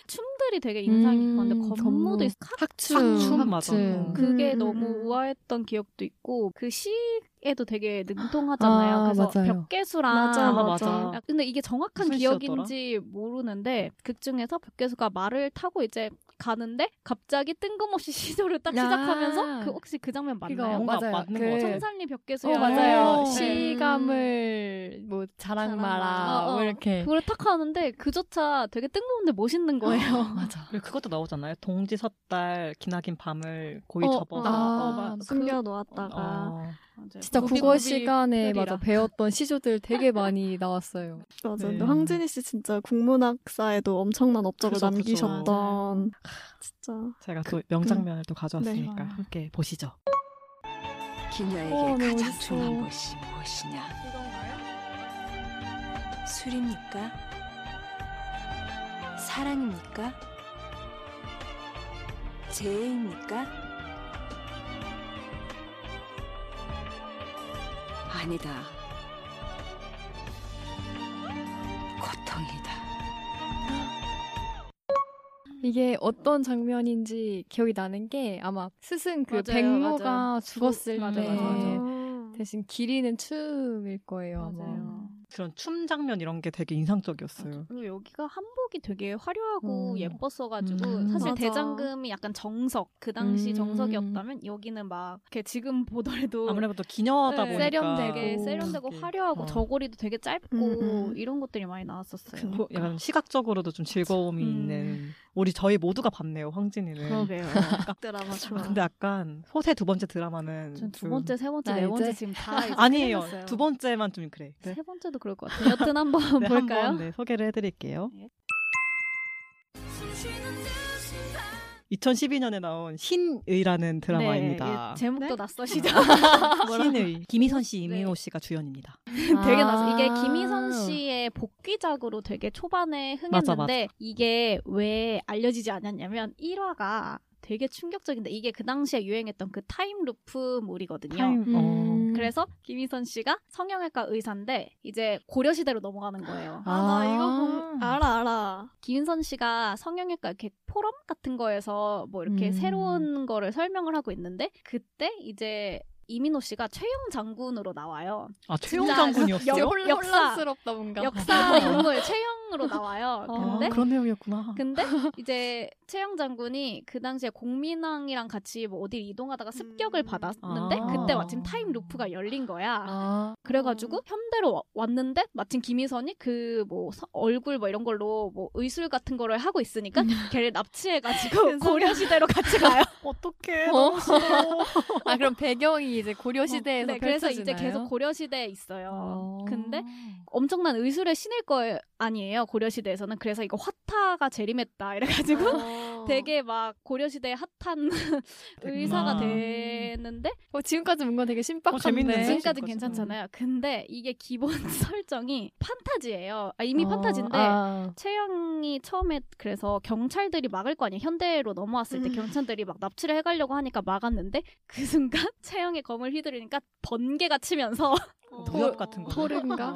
Speaker 1: 춤들이 되게 인상이
Speaker 3: 음,
Speaker 1: 깊었는데 건무도
Speaker 3: 건무.
Speaker 1: 있-
Speaker 3: 학춤.
Speaker 4: 학춤, 맞아.
Speaker 1: 그게
Speaker 2: 음, 음,
Speaker 1: 너무
Speaker 2: 음.
Speaker 1: 우아했던 기억도 있고 그 시에도 되게 능통하잖아요.
Speaker 3: 아,
Speaker 1: 그래서
Speaker 3: 맞아요.
Speaker 1: 벽계수랑
Speaker 2: 맞아,
Speaker 4: 아,
Speaker 2: 맞아.
Speaker 4: 맞아.
Speaker 1: 야, 근데 이게 정확한
Speaker 4: 무슨
Speaker 1: 기억인지 모르는데 극 중에서 벽계수가 말을 타고 이제 가는데 갑자기 뜬금없이 시도를 딱
Speaker 3: 아.
Speaker 1: 시작하면서 그 혹시 그 장면
Speaker 4: 이거
Speaker 1: 맞나요?
Speaker 4: 뭔가
Speaker 3: 맞아요.
Speaker 4: 맞는
Speaker 3: 그-
Speaker 4: 것 같아요.
Speaker 1: 청산리 벽계수
Speaker 3: 어
Speaker 4: 오.
Speaker 3: 맞아요.
Speaker 1: 네.
Speaker 3: 시감을 뭐 자랑마라
Speaker 1: 어, 어.
Speaker 3: 뭐 이렇게.
Speaker 1: 그걸 탁 하는데 그조차 되게 뜬금없는데 멋있는 거예요.
Speaker 3: 맞아.
Speaker 4: 그리고 그것도 나오잖아요. 동지 섣달 기나긴 밤을 고이
Speaker 2: 어,
Speaker 4: 접어서.
Speaker 3: 아,
Speaker 1: 맞아.
Speaker 2: 숨겨놓았다가
Speaker 4: 어.
Speaker 1: 맞아요.
Speaker 3: 진짜
Speaker 1: 구비,
Speaker 3: 국어
Speaker 1: 구비
Speaker 3: 시간에
Speaker 1: 끓이라.
Speaker 3: 맞아 배웠던 시조들 되게 많이 나왔어요.
Speaker 2: 맞아.
Speaker 4: 네.
Speaker 2: 근데 황진이 씨 진짜 국문학사에도 엄청난 업적을
Speaker 4: 그죠, 그죠.
Speaker 2: 남기셨던 진짜
Speaker 4: 제가 또 명장면을 또 가져왔으니까
Speaker 1: 네.
Speaker 4: 함께 보시죠.
Speaker 9: 기녀에게
Speaker 3: 어, 너무
Speaker 9: 가장
Speaker 3: 멋있어.
Speaker 9: 중요한 것이 무엇이냐? 술입니까? 사랑입니까? 재해입니까? 아니다. 고통이다.
Speaker 3: 이게 어떤 장면인지 기억이 나는 게 아마 스승 그
Speaker 1: 맞아요,
Speaker 3: 백모가
Speaker 1: 맞아요.
Speaker 3: 죽었을
Speaker 1: 맞아,
Speaker 3: 때
Speaker 1: 맞아, 맞아.
Speaker 3: 네. 대신 기리는 춤일 거예요. 아마.
Speaker 1: 맞아요.
Speaker 4: 그런 춤 장면 이런 게 되게 인상적이었어요.
Speaker 1: 그리고 여기가 한복이 되게 화려하고
Speaker 4: 음.
Speaker 1: 예뻤어가지고
Speaker 4: 음.
Speaker 1: 사실
Speaker 2: 맞아.
Speaker 1: 대장금이 약간 정석 그 당시
Speaker 3: 음.
Speaker 1: 정석이었다면 여기는 막 이렇게 지금 보더라도
Speaker 4: 아무래도 기녀다
Speaker 1: 그 네, 되게
Speaker 4: 보니까
Speaker 3: 세련되게
Speaker 1: 세련되고 화려하고
Speaker 4: 어.
Speaker 1: 저고리도 되게 짧고
Speaker 2: 음, 음.
Speaker 1: 이런 것들이 많이 나왔었어요.
Speaker 4: 그 약간 시각적으로도 좀 즐거움이
Speaker 1: 음.
Speaker 4: 있는 우리 저희 모두가 봤네요, 황진이는.
Speaker 1: 그러게요.
Speaker 2: 드라마 좋아.
Speaker 4: 근데 약간 소세 두 번째 드라마는
Speaker 1: 네. 전두
Speaker 4: 좀-
Speaker 1: 번째, 세 번째,
Speaker 4: 아,
Speaker 1: 네
Speaker 4: 이제?
Speaker 1: 번째 지금 다 이제
Speaker 4: 아니에요.
Speaker 1: 끝났어요.
Speaker 4: 두 번째만 좀 그래. 네.
Speaker 1: 세 번째도 그럴 것 같아요. 여튼 한번
Speaker 4: 네,
Speaker 1: 볼까요? 예.
Speaker 4: 한번, 네, 소개를 해드릴게요. 2012년에 나온 신의라는 드라마입니다. 네?
Speaker 1: 이 네, 예, 제목도 네. 낯서시죠?
Speaker 4: 신의 김희선 씨, 이민호 씨가 주연입니다.
Speaker 1: 되게 나서 이게
Speaker 3: 아.
Speaker 1: 김희선 씨의 복귀작으로 되게 초반에
Speaker 4: 아. 맞아,
Speaker 1: 흥했는데
Speaker 4: 맞아.
Speaker 1: 이게 왜 알려지지 않았냐면 1화가 되게 충격적인데 이게 그 당시에 유행했던 그 타임루프물이거든요.
Speaker 4: 타임- 어. 음.
Speaker 1: 그래서 김희선 씨가 성형외과 의사인데 이제 고려 시대로 넘어가는 거예요.
Speaker 2: 아, 나 이거 본- 알아, 알아.
Speaker 1: 김희선 씨가 성형외과 이렇게 포럼 같은 거에서 뭐 이렇게
Speaker 2: 음.
Speaker 1: 새로운 거를 설명을 하고 있는데 그때 이제 이민호 씨가 최영 장군으로 나와요.
Speaker 4: 아, 최용
Speaker 1: 진짜
Speaker 4: 장군이었어요?
Speaker 1: 역-
Speaker 3: 혼-
Speaker 1: 역사.
Speaker 3: 혼란스럽다, 뭔가.
Speaker 1: 역사 연구의 최영으로 나와요. 근데
Speaker 4: 아, 그런 내용이었구나.
Speaker 1: 근데 이제 최영 장군이 그 당시에 공민왕이랑 같이 뭐 어디 이동하다가 습격을 받았는데
Speaker 4: 아.
Speaker 1: 그때 마침 타임 루프가 열린 거야.
Speaker 3: 아.
Speaker 1: 그래가지고 현대로 와- 왔는데 마침 김희선이 그 뭐 얼굴 뭐 이런 걸로 뭐 의술 같은 거를 하고 있으니까 걔를 납치해가지고 고려 시대로 같이 가요.
Speaker 4: 어떡해.
Speaker 3: 너무 싫어. 아, 그럼 배경이 이제 고려시대에서
Speaker 1: 네, 그래서 이제
Speaker 3: 펼쳐지나요?
Speaker 1: 계속 고려 시대에 있어요. 근데 엄청난 의술의 신일 거 아니에요 고려 시대에서는 그래서 이거 화타가 재림했다 이래가지고
Speaker 2: 아.
Speaker 1: 되게 막 고려 시대 의 핫한 의사가
Speaker 3: 아.
Speaker 1: 되는데
Speaker 3: 어, 지금까지 뭔가 되게 신박한데.
Speaker 1: 네.
Speaker 4: 네.
Speaker 3: 네.
Speaker 1: 지금까지 음. 는 괜찮잖아요. 근데 이게 기본 설정이 판타지예요. 아, 이미
Speaker 3: 어,
Speaker 1: 판타지인데
Speaker 3: 아.
Speaker 1: 최영이 처음에 그래서 경찰들이 막을 거 아니에요. 현대로 넘어왔을
Speaker 4: 음.
Speaker 1: 때 경찰들이 막 납치를 해가려고 하니까 막았는데 그 순간 최영의 검을 휘두르니까 번개가 치면서 그
Speaker 4: 무협 그 같은 거.
Speaker 3: 토른가?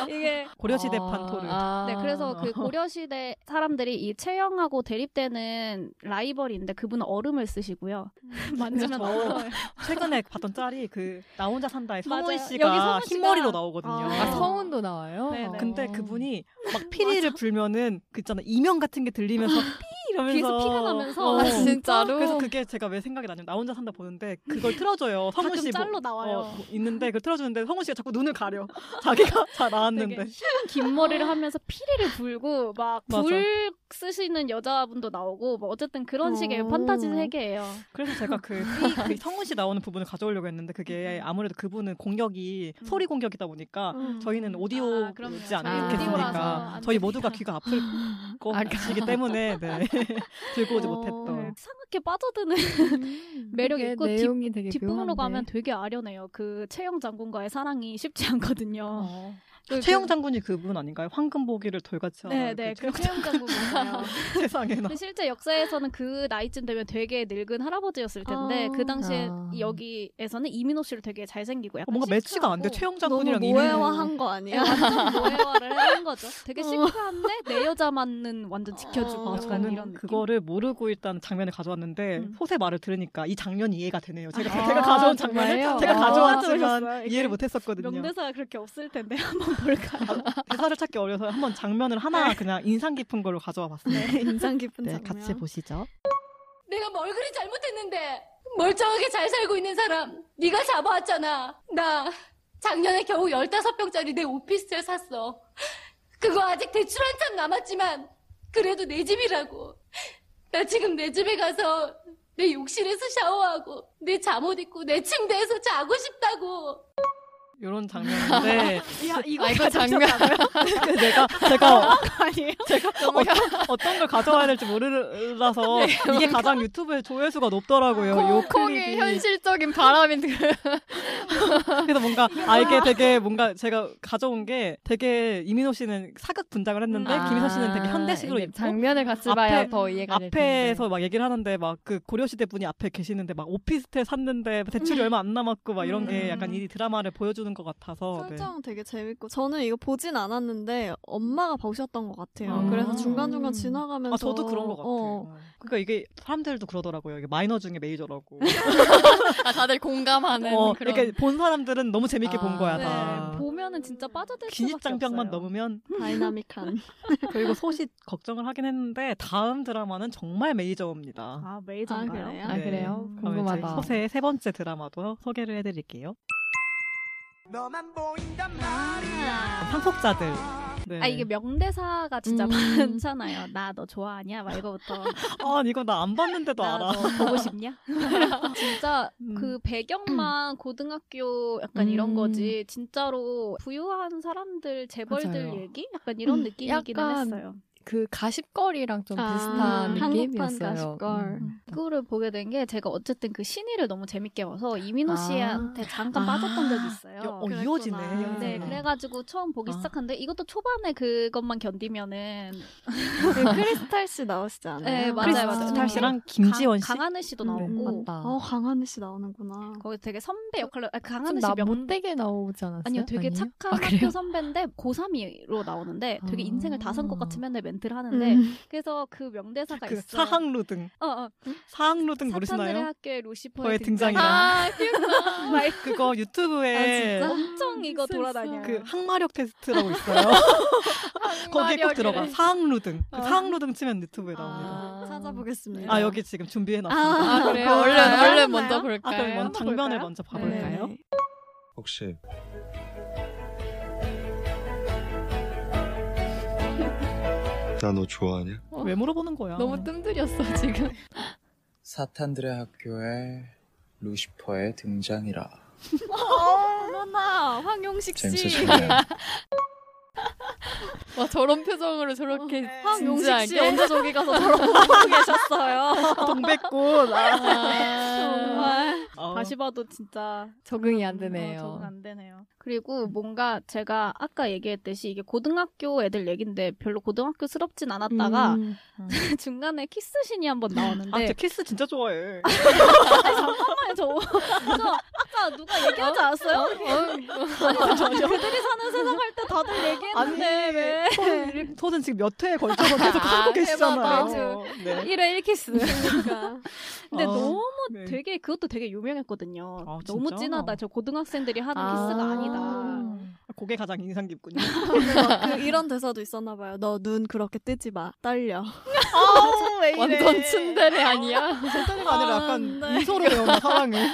Speaker 3: 아.
Speaker 1: 이게
Speaker 4: 고려시대판 토르.
Speaker 1: 네, 그래서 그 고려시대 사람들이 이 채영하고 대립되는 라이벌인데 그분은 얼음을 쓰시고요. 만지면
Speaker 4: 저
Speaker 1: 얼음.
Speaker 4: 최근에 봤던 짤이 그 나 혼자 산다의
Speaker 1: 맞아요.
Speaker 4: 성훈
Speaker 1: 여기
Speaker 4: 씨가
Speaker 1: 성훈 씨가- 네.
Speaker 4: 흰머리로 나오거든요.
Speaker 3: 아, 성운도 나와요?
Speaker 4: 어, 근데 그분이
Speaker 1: 어,
Speaker 4: 막 피리를 불면은 그 있잖아 이명 같은 게 들리면서 삐 이러면서
Speaker 1: 귀에서 피가 나면서.
Speaker 4: 어.
Speaker 1: 아,
Speaker 3: 진짜로?
Speaker 4: 그래서 그게 제가 왜 생각이 나냐면 나 혼자 산다 보는데 그걸 틀어줘요 성훈
Speaker 1: 가끔
Speaker 4: 씨
Speaker 1: 짤로 나와요.
Speaker 4: 뭐 있는데 그걸 틀어주는데 성훈 씨가 자꾸 눈을 가려 자기가 다 나왔는데
Speaker 1: 되게 긴 머리를 하면서 피리를 불고 막
Speaker 4: 맞아.
Speaker 1: 불 쓰시는 여자분도 나오고 뭐 어쨌든 그런 식의
Speaker 3: 오.
Speaker 1: 판타지 세계예요.
Speaker 4: 그래서 제가 그, 삐- 그 성훈 씨 나오는 부분을 가져오려고 했는데 그게 아무래도 그분은 공격이 소리 공격이다 보니까
Speaker 1: 음.
Speaker 4: 저희는
Speaker 1: 아, 그럼요.
Speaker 4: 오디오지
Speaker 1: 오디오라서
Speaker 4: 않겠습니까?
Speaker 1: 안
Speaker 4: 저희 모두가 귀가 아플
Speaker 3: 아,
Speaker 4: 것이기 때문에 네. 들고 오지
Speaker 3: 어.
Speaker 1: 네.
Speaker 4: 못했던
Speaker 1: 상악게 빠져드는 매력이
Speaker 3: 그게
Speaker 1: 있고 뒷-
Speaker 3: 내용이 되게
Speaker 1: 뒷부분으로
Speaker 3: 묘한데.
Speaker 1: 가면 되게 아련해요. 그 채영 장군과의 사랑이 쉽지 않거든요. 그-
Speaker 4: 어. 최영 장군이 그분 아닌가요? 황금보기를 돌같이 하는
Speaker 1: 네네
Speaker 4: 그
Speaker 1: 그 채영 장군이에요.
Speaker 4: 세상에나
Speaker 1: 근데 실제 역사에서는 그 나이쯤 되면 되게 늙은 할아버지였을 텐데
Speaker 3: 아.
Speaker 1: 그 당시에
Speaker 3: 아.
Speaker 1: 여기에서는 이민호 씨를 되게 잘생기고 약간
Speaker 4: 어, 뭔가 매치가 안 돼.
Speaker 1: 시크하고
Speaker 4: 최영
Speaker 2: 너무
Speaker 4: 장군이랑
Speaker 2: 모해화한 거
Speaker 1: 예,
Speaker 2: 아니야?
Speaker 1: 완전 모해화를 하는 거죠. 되게
Speaker 2: 어.
Speaker 1: 시크한데 내 여자만은 완전 지켜주고
Speaker 2: 어,
Speaker 4: 아,
Speaker 1: 약간
Speaker 4: 저는
Speaker 1: 이런
Speaker 4: 그거를 모르고 일단 장면을 가져왔는데
Speaker 1: 음.
Speaker 4: 소세 말을 들으니까 이 장면이 이해가 되네요. 제가
Speaker 1: 아,
Speaker 4: 제가 가져온
Speaker 3: 정말요?
Speaker 4: 장면을
Speaker 3: 아,
Speaker 4: 제가
Speaker 1: 맞아요.
Speaker 4: 가져왔지만
Speaker 1: 느낌.
Speaker 4: 이해를 못했었거든요.
Speaker 1: 명대사가 그렇게 없을 텐데 한번 볼까요?
Speaker 4: 대사를 찾기 어려서 한번 장면을 하나 그냥 인상 깊은 걸로 가져와 봤어요.
Speaker 2: 네, 인상 깊은
Speaker 4: 네,
Speaker 2: 장면.
Speaker 4: 같이 보시죠.
Speaker 7: 내가 뭘 그리 잘못했는데 멀쩡하게 잘 살고 있는 사람 네가 잡아왔잖아 나 작년에 겨우 15평짜리 내 오피스텔 샀어 그거 아직 대출 한참 남았지만 그래도 내 집이라고 나 지금 내 집에 가서 내 욕실에서 샤워하고 내 잠옷 입고 내 침대에서 자고 싶다고
Speaker 4: 이런 장면인데 그
Speaker 2: 야, 이거
Speaker 3: 아, 이거 장면.
Speaker 4: 내가 제가 제가 어떤, 어떤 걸 가져와야 될지 모르라서 이게 가장 유튜브에 조회수가 높더라고요. 요
Speaker 3: 콩콩의
Speaker 4: 클립이.
Speaker 3: 현실적인 그 바람이 들-
Speaker 4: 그래서 뭔가 아 이게 되게 뭔가 제가 가져온 게 되게 이민호 씨는 사극 분장을 했는데
Speaker 3: 아,
Speaker 4: 김희선 씨는 되게 현대식으로
Speaker 3: 이게
Speaker 4: 입고
Speaker 3: 장면을 같이
Speaker 4: 앞에-
Speaker 3: 봐야 더 이해가 될 텐데.
Speaker 4: 앞에서 막 얘기를 하는데 막 그 고려시대 분이 앞에 계시는데 막 오피스텔 샀는데 대출이 얼마 안 남았고 막 이런 게 약간 이 드라마를 보여주는 것 같아서 네.
Speaker 2: 설정 되게 재밌고 저는 이거 보진 않았는데 엄마가 보셨던 것 같아요.
Speaker 4: 아.
Speaker 2: 그래서 중간중간 지나가면서
Speaker 4: 아 저도 그런 것 같아요.
Speaker 2: 어,
Speaker 4: 그러니까 이게 사람들도 그러더라고요. 이게 마이너 중에 메이저라고.
Speaker 3: 아, 다들 공감하는
Speaker 4: 어,
Speaker 3: 그런.
Speaker 4: 그러니까 본 사람들은 너무 재밌게
Speaker 3: 아.
Speaker 4: 본 거야
Speaker 1: 네,
Speaker 4: 다.
Speaker 1: 보면은 진짜 빠져들 수밖에
Speaker 4: 기립장벽만
Speaker 1: 없어요.
Speaker 4: 넘으면
Speaker 2: 다이나믹한.
Speaker 4: 그리고 소식 걱정을 하긴 했는데 다음 드라마는 정말 메이저입니다.
Speaker 1: 아
Speaker 2: 아
Speaker 1: 메이저인가요?
Speaker 2: 그래요?
Speaker 3: 아, 그래요?
Speaker 1: 음.
Speaker 4: 그럼 이제
Speaker 3: 궁금하다.
Speaker 4: 소세의 세 번째 드라마도 소개를 해드릴게요. 상속자들. 네. 음.
Speaker 1: 아 이게 명대사가 진짜 많잖아요. 나 너 좋아하냐? 막 이거부터
Speaker 4: 아 이거 나 안 봤는데도
Speaker 1: 나
Speaker 4: 알아. 음.
Speaker 1: 너 보고 싶냐? 진짜 그 배경만 고등학교 약간 이런
Speaker 3: 음.
Speaker 1: 거지. 진짜로 부유한 사람들 재벌들
Speaker 3: 맞아요.
Speaker 1: 얘기? 약간 이런
Speaker 3: 음,
Speaker 1: 느낌이기는
Speaker 3: 약간
Speaker 1: 했어요.
Speaker 3: 그 가십거리랑 좀
Speaker 1: 아,
Speaker 3: 비슷한
Speaker 2: 한국판
Speaker 3: 느낌이었어요.
Speaker 2: 가십걸.
Speaker 3: 음.
Speaker 1: 그거를 보게 된 게 제가 어쨌든 그 신의를 너무 재밌게 봐서 이민호
Speaker 3: 아.
Speaker 1: 씨한테 잠깐
Speaker 3: 아.
Speaker 1: 빠졌던 적이 있어요.
Speaker 4: 여- 어, 이어지네.
Speaker 1: 네, 그래가지고 처음 보기
Speaker 4: 아.
Speaker 1: 시작한데 이것도 초반에 그것만 견디면은
Speaker 2: 네, 크리스탈 씨 나오시지 않아요?
Speaker 1: 네, 맞아요,
Speaker 4: 크리스탈
Speaker 1: 맞아요.
Speaker 4: 크리스탈 씨랑 김지원 씨?
Speaker 1: 강, 강하늘 씨도
Speaker 4: 음,
Speaker 1: 나오고
Speaker 3: 맞다.
Speaker 2: 어, 강한희 씨 나오는구나.
Speaker 1: 거기 되게 선배
Speaker 4: 어?
Speaker 1: 역할로 아, 강하늘 씨
Speaker 3: 좀나
Speaker 1: 명.
Speaker 3: 못되게 나오지 않았어요?
Speaker 1: 아니요, 되게
Speaker 3: 아니에요?
Speaker 1: 착한
Speaker 3: 아,
Speaker 1: 학교
Speaker 3: 그래요?
Speaker 1: 선배인데 고3이로 나오는데 되게 인생을 다 산 것 같이 맨날 멘트를 하는데
Speaker 4: 아. 음.
Speaker 1: 그래서 그 명대사가
Speaker 4: 그
Speaker 1: 있어요.
Speaker 4: 사항루등.
Speaker 1: 어, 어.
Speaker 4: 사항루등
Speaker 1: 사탄들의
Speaker 4: 모르시나요?
Speaker 1: 학교의 루시퍼의
Speaker 4: 거의
Speaker 3: 아,
Speaker 1: 등장이다.
Speaker 4: 등장이다. 그거 유튜브에
Speaker 1: 아, 진짜? 엄청 이거 돌아다녀요.
Speaker 4: 그 항마력 테스트라고 있어요.
Speaker 1: 아,
Speaker 4: 거기에 꼭 들어가. 사항루등. 그
Speaker 1: 어.
Speaker 4: 사항루등 치면
Speaker 1: 아,
Speaker 4: 유튜브에
Speaker 3: 아,
Speaker 4: 나옵니다.
Speaker 2: 찾아보겠습니다.
Speaker 1: 네.
Speaker 4: 아, 여기 지금 준비해놨습니다.
Speaker 2: 아, 아, 그래요? 얼른,
Speaker 4: 볼까요?
Speaker 2: 얼른 먼저 볼까요?
Speaker 4: 아, 그럼 먼저
Speaker 2: 한번
Speaker 4: 장면을
Speaker 2: 볼까요?
Speaker 4: 먼저 봐볼까요?
Speaker 1: 네.
Speaker 11: 혹시 나 너 좋아하냐?
Speaker 4: 왜 물어보는 거야?
Speaker 3: 너무 뜸들였어 지금.
Speaker 12: 사탄들의 학교에 루시퍼의 등장이라.
Speaker 2: 어머나 황용식 씨.
Speaker 12: 재밌으시네요.
Speaker 3: 와 저런 표정으로 저렇게 아,
Speaker 2: 황용식 씨
Speaker 3: 진지하게?
Speaker 2: 언제 저기 가서 저러고 계셨어요?
Speaker 4: 동백꽃.
Speaker 1: 정말
Speaker 4: 어.
Speaker 1: 다시 봐도 진짜
Speaker 3: 아. 적응이 안
Speaker 1: 어, 적응
Speaker 3: 되네요.
Speaker 1: 안 되네요. 그리고 뭔가 제가 아까 얘기했듯이 이게 고등학교 애들 얘긴데 별로 고등학교스럽진 않았다가
Speaker 4: 음.
Speaker 1: 중간에 키스신이 한 번 나오는데
Speaker 4: 아, 저 키스 진짜 좋아해.
Speaker 1: 잠깐만요 저, 저 아까 누가 얘기하지 않았어요? 아니, 저 그들이 사는 세상 할 때 다들 얘기했는데
Speaker 4: 네.
Speaker 1: 왜
Speaker 4: 토는, 토는 지금 몇 회에 걸쳐서 계속
Speaker 1: 아,
Speaker 4: 하고
Speaker 1: 해봐봐.
Speaker 4: 계시잖아요. 네.
Speaker 1: 1회 1키스 근데
Speaker 4: 아.
Speaker 1: 너무
Speaker 4: 네.
Speaker 1: 되게 그것도 되게 유명했거든요 너무
Speaker 4: 진짜?
Speaker 1: 아, 진하다 저 고등학생들이 하는
Speaker 4: 아.
Speaker 1: 키스가 아니다
Speaker 4: 그게 가장 인상 깊군요.
Speaker 2: 그 이런 대사도 있었나 봐요. 너 눈 그렇게 뜨지 마.
Speaker 4: 음.
Speaker 2: 떨려.
Speaker 3: 완전 츤데레 아니야?
Speaker 4: 츤데레가 아니라 그 네. 약간 미소를 배우는 사랑해.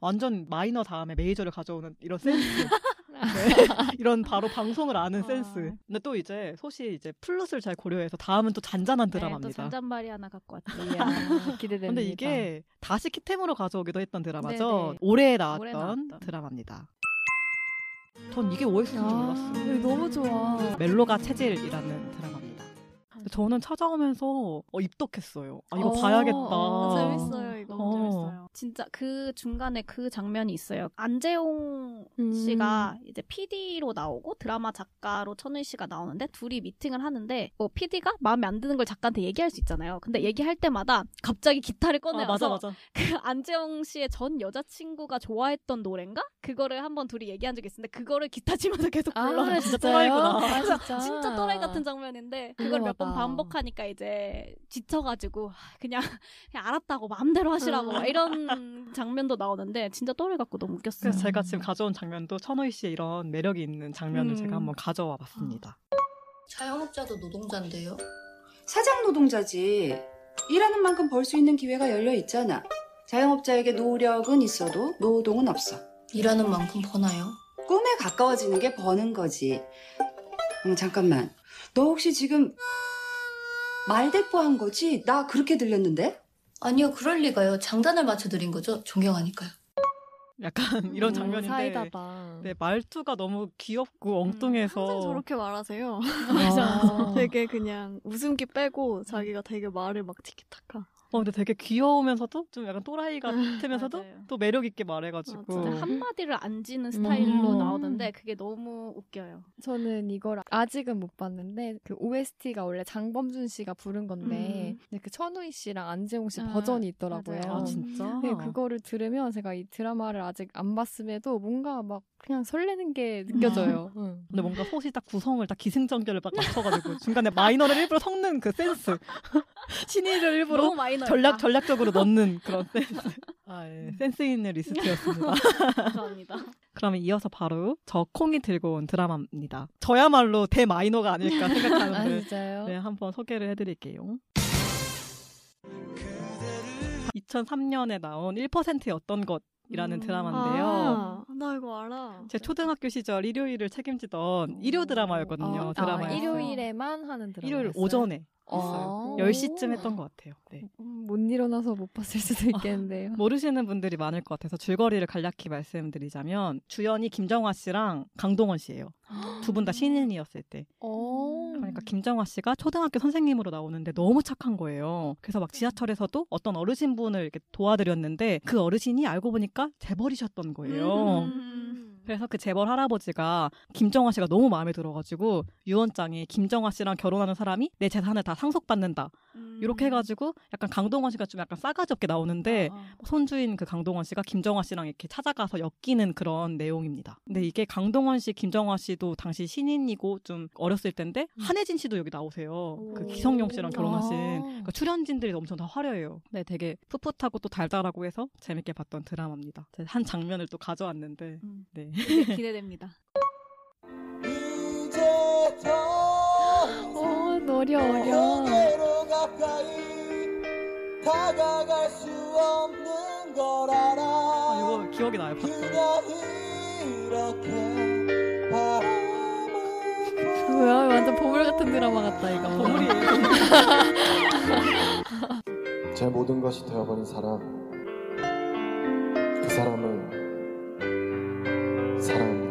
Speaker 4: 완전 마이너 다음에 메이저를 가져오는 이런 센스. 네. 이런 바로 방송을 아는 센스. 근데 또 이제 소시 이제 플롯을 잘 고려해서 다음은 또 잔잔한
Speaker 1: 네, 또
Speaker 4: 드라마입니다.
Speaker 1: 잔잔바리 하나 갖고 왔지
Speaker 3: 기대됩니다.
Speaker 4: 근데 이게 다시 키템으로 가져오기도 했던 드라마죠.
Speaker 1: 네네.
Speaker 4: 올해
Speaker 1: 올해
Speaker 4: 나왔던
Speaker 1: 나왔던.
Speaker 4: 드라마입니다. 전 이게 OST인 줄 알았어요.
Speaker 3: 너무 좋아.
Speaker 4: 멜로가 체질이라는 드라마입니다. 근데 저는 찾아오면서 어, 입덕했어요. 아, 이거
Speaker 1: 어,
Speaker 4: 봐야겠다.
Speaker 1: 어,
Speaker 2: 재밌어요, 이거.
Speaker 4: 어.
Speaker 1: 진짜 그 중간에 그 장면이 있어요. 안재홍
Speaker 4: 음.
Speaker 1: 씨가 이제 PD로 나오고 드라마 작가로 천은 씨가 나오는데 둘이 미팅을 하는데 뭐 PD가 마음에 안 드는 걸 작가한테 얘기할 수 있잖아요. 근데 얘기할 때마다 갑자기 기타를
Speaker 4: 아,
Speaker 1: 꺼내서
Speaker 4: 맞아 맞아.
Speaker 1: 그 안재홍 씨의 전 여자친구가 좋아했던 노래인가? 그거를 한번 둘이 얘기한 적이 있는데 그거를 기타 치면서 계속
Speaker 3: 아,
Speaker 1: 불러.
Speaker 3: 진짜요? 또라이구나. 아,
Speaker 1: 그래서
Speaker 3: 진짜.
Speaker 1: 진짜 또라이 같은 장면인데 그걸 몇 번
Speaker 3: 우와.
Speaker 1: 반복하니까 이제 지쳐가지고 아, 그냥, 그냥 알았다고 마음대로 하시라고 막 이런
Speaker 3: 음.
Speaker 1: 장면도 나오는데 진짜 또라이 같고 너무 웃겼어요.
Speaker 4: 그래서 제가 지금 가져온 장면도 천호희 씨의 이런 매력이 있는 장면을
Speaker 1: 음.
Speaker 4: 제가 한번 가져와 봤습니다.
Speaker 13: 자영업자도 노동자인데요.
Speaker 5: 사장 노동자지. 일하는 만큼 벌 수 있는 기회가 열려 있잖아. 자영업자에게 노력은 있어도 노동은 없어.
Speaker 13: 일하는 만큼 버나요?
Speaker 5: 꿈에 가까워지는 게 버는 거지. 음, 잠깐만. 너 혹시 지금 말대꾸 한 거지? 나 그렇게 들렸는데?
Speaker 13: 아니요, 그럴 리가요. 장단을 맞춰드린 거죠. 존경하니까요.
Speaker 4: 약간 이런 장면인데
Speaker 3: 음, 사이다다.
Speaker 4: 네, 말투가 너무 귀엽고 엉뚱해서
Speaker 2: 음,
Speaker 4: 어.
Speaker 2: 항상 저렇게 말하세요.
Speaker 4: 맞아.
Speaker 3: 네,
Speaker 2: 되게 그냥 웃음기 빼고 자기가 되게 말을 막 티키타카.
Speaker 4: 어, 근데 되게 귀여우면서도 좀 약간 또라이 같으면서도
Speaker 1: 음. 맞아요. 어,
Speaker 4: 또 매력 있게 말해가지고
Speaker 1: 진짜 한마디를 안 지는 스타일로
Speaker 3: 음.
Speaker 1: 나오는데 그게 너무 웃겨요.
Speaker 3: 저는 이걸 아직은 못 봤는데 그 OST가 원래 장범준 씨가 부른 건데 근데 그 천우희 씨랑 안재홍 씨
Speaker 1: 아,
Speaker 3: 버전이 있더라고요.
Speaker 1: 맞아요.
Speaker 4: 음. 아 진짜?
Speaker 1: 음.
Speaker 3: 네, 그거를 들으면 제가 이 드라마를 아직 안 봤음에도 뭔가 막 그냥 설레는
Speaker 4: 음.
Speaker 3: 게 느껴져요. 응.
Speaker 4: 근데 뭔가 소시 딱 구성을 딱 기승전결을 딱 맞춰가지고 중간에 마이너를 일부러 섞는 그 센스 신의를 일부러
Speaker 1: 너무 마이너였다. 음.
Speaker 4: 전략 전략적으로 넣는 그런 센스 아, 예. 센스 있는 리스트였습니다.
Speaker 1: 감사합니다.
Speaker 4: 그러면 이어서 바로 저 콩이 들고 온 드라마입니다. 저야말로 대마이너가 아닐까
Speaker 3: 아
Speaker 4: 생각하는데
Speaker 3: 진짜요?
Speaker 4: 네, 한번 소개를 해드릴게요. 음. 2003년에 나온 1%의 어떤 것이라는 드라마인데요.
Speaker 2: 아, 나 이거 알아.
Speaker 4: 제 초등학교 시절 일요일을 책임지던 일요 드라마였거든요. 드라마
Speaker 3: 아, 일요일에만 하는 드라마.
Speaker 4: 아, 일요일 오전에 했어요. 10시쯤 했던 것 같아요. 네.
Speaker 3: 음, 못 일어나서 못 봤을 수도 있겠는데요.
Speaker 4: 모르시는 분들이 많을 것 같아서 줄거리를 간략히 말씀드리자면 주연이 김정화 씨랑 강동원 씨예요. 두 분 다 신인이었을 때.
Speaker 3: 어.
Speaker 4: 그러니까
Speaker 3: 음.
Speaker 4: 김정화 씨가 초등학교 선생님으로 나오는데 너무 착한 거예요. 그래서 막 지하철에서도 어떤 어르신분을 이렇게 도와드렸는데 그 어르신이 알고 보니까 재벌이셨던 거예요.
Speaker 1: 음.
Speaker 4: 그래서 그 재벌 할아버지가 김정화 씨가 너무 마음에 들어가지고 유언장에 김정화 씨랑 결혼하는 사람이 내 재산을 다 상속받는다.
Speaker 1: 음.
Speaker 4: 이렇게 해가지고 약간 강동원 씨가 좀 약간 싸가지 없게 나오는데 손주인 그 강동원 씨가 김정화 씨랑 이렇게 찾아가서 엮이는 그런 내용입니다. 근데 이게 강동원 씨, 김정화 씨도 당시 신인이고 좀 어렸을 때인데 한혜진 씨도 여기 나오세요. 그 기성용 씨랑 결혼하신
Speaker 14: 아.
Speaker 4: 그러니까 출연진들이 엄청 다 화려해요. 네, 되게 풋풋하고 또 달달하고 해서 재밌게 봤던 드라마입니다. 제가 한 장면을 또 가져왔는데 네.
Speaker 1: 되게 기대됩니다.
Speaker 3: 어, 노려 어려.
Speaker 15: 그대로 가까이 다가갈 수 없는 걸 알아
Speaker 4: 아, 이거 기억이 나요.
Speaker 15: 그냥 이렇게 바라
Speaker 3: 뭐야 완전 보물 같은 드라마 같다 이거.
Speaker 4: 아,
Speaker 16: 제 모든 것이 되어버린 사람 그 사람을 사랑합니다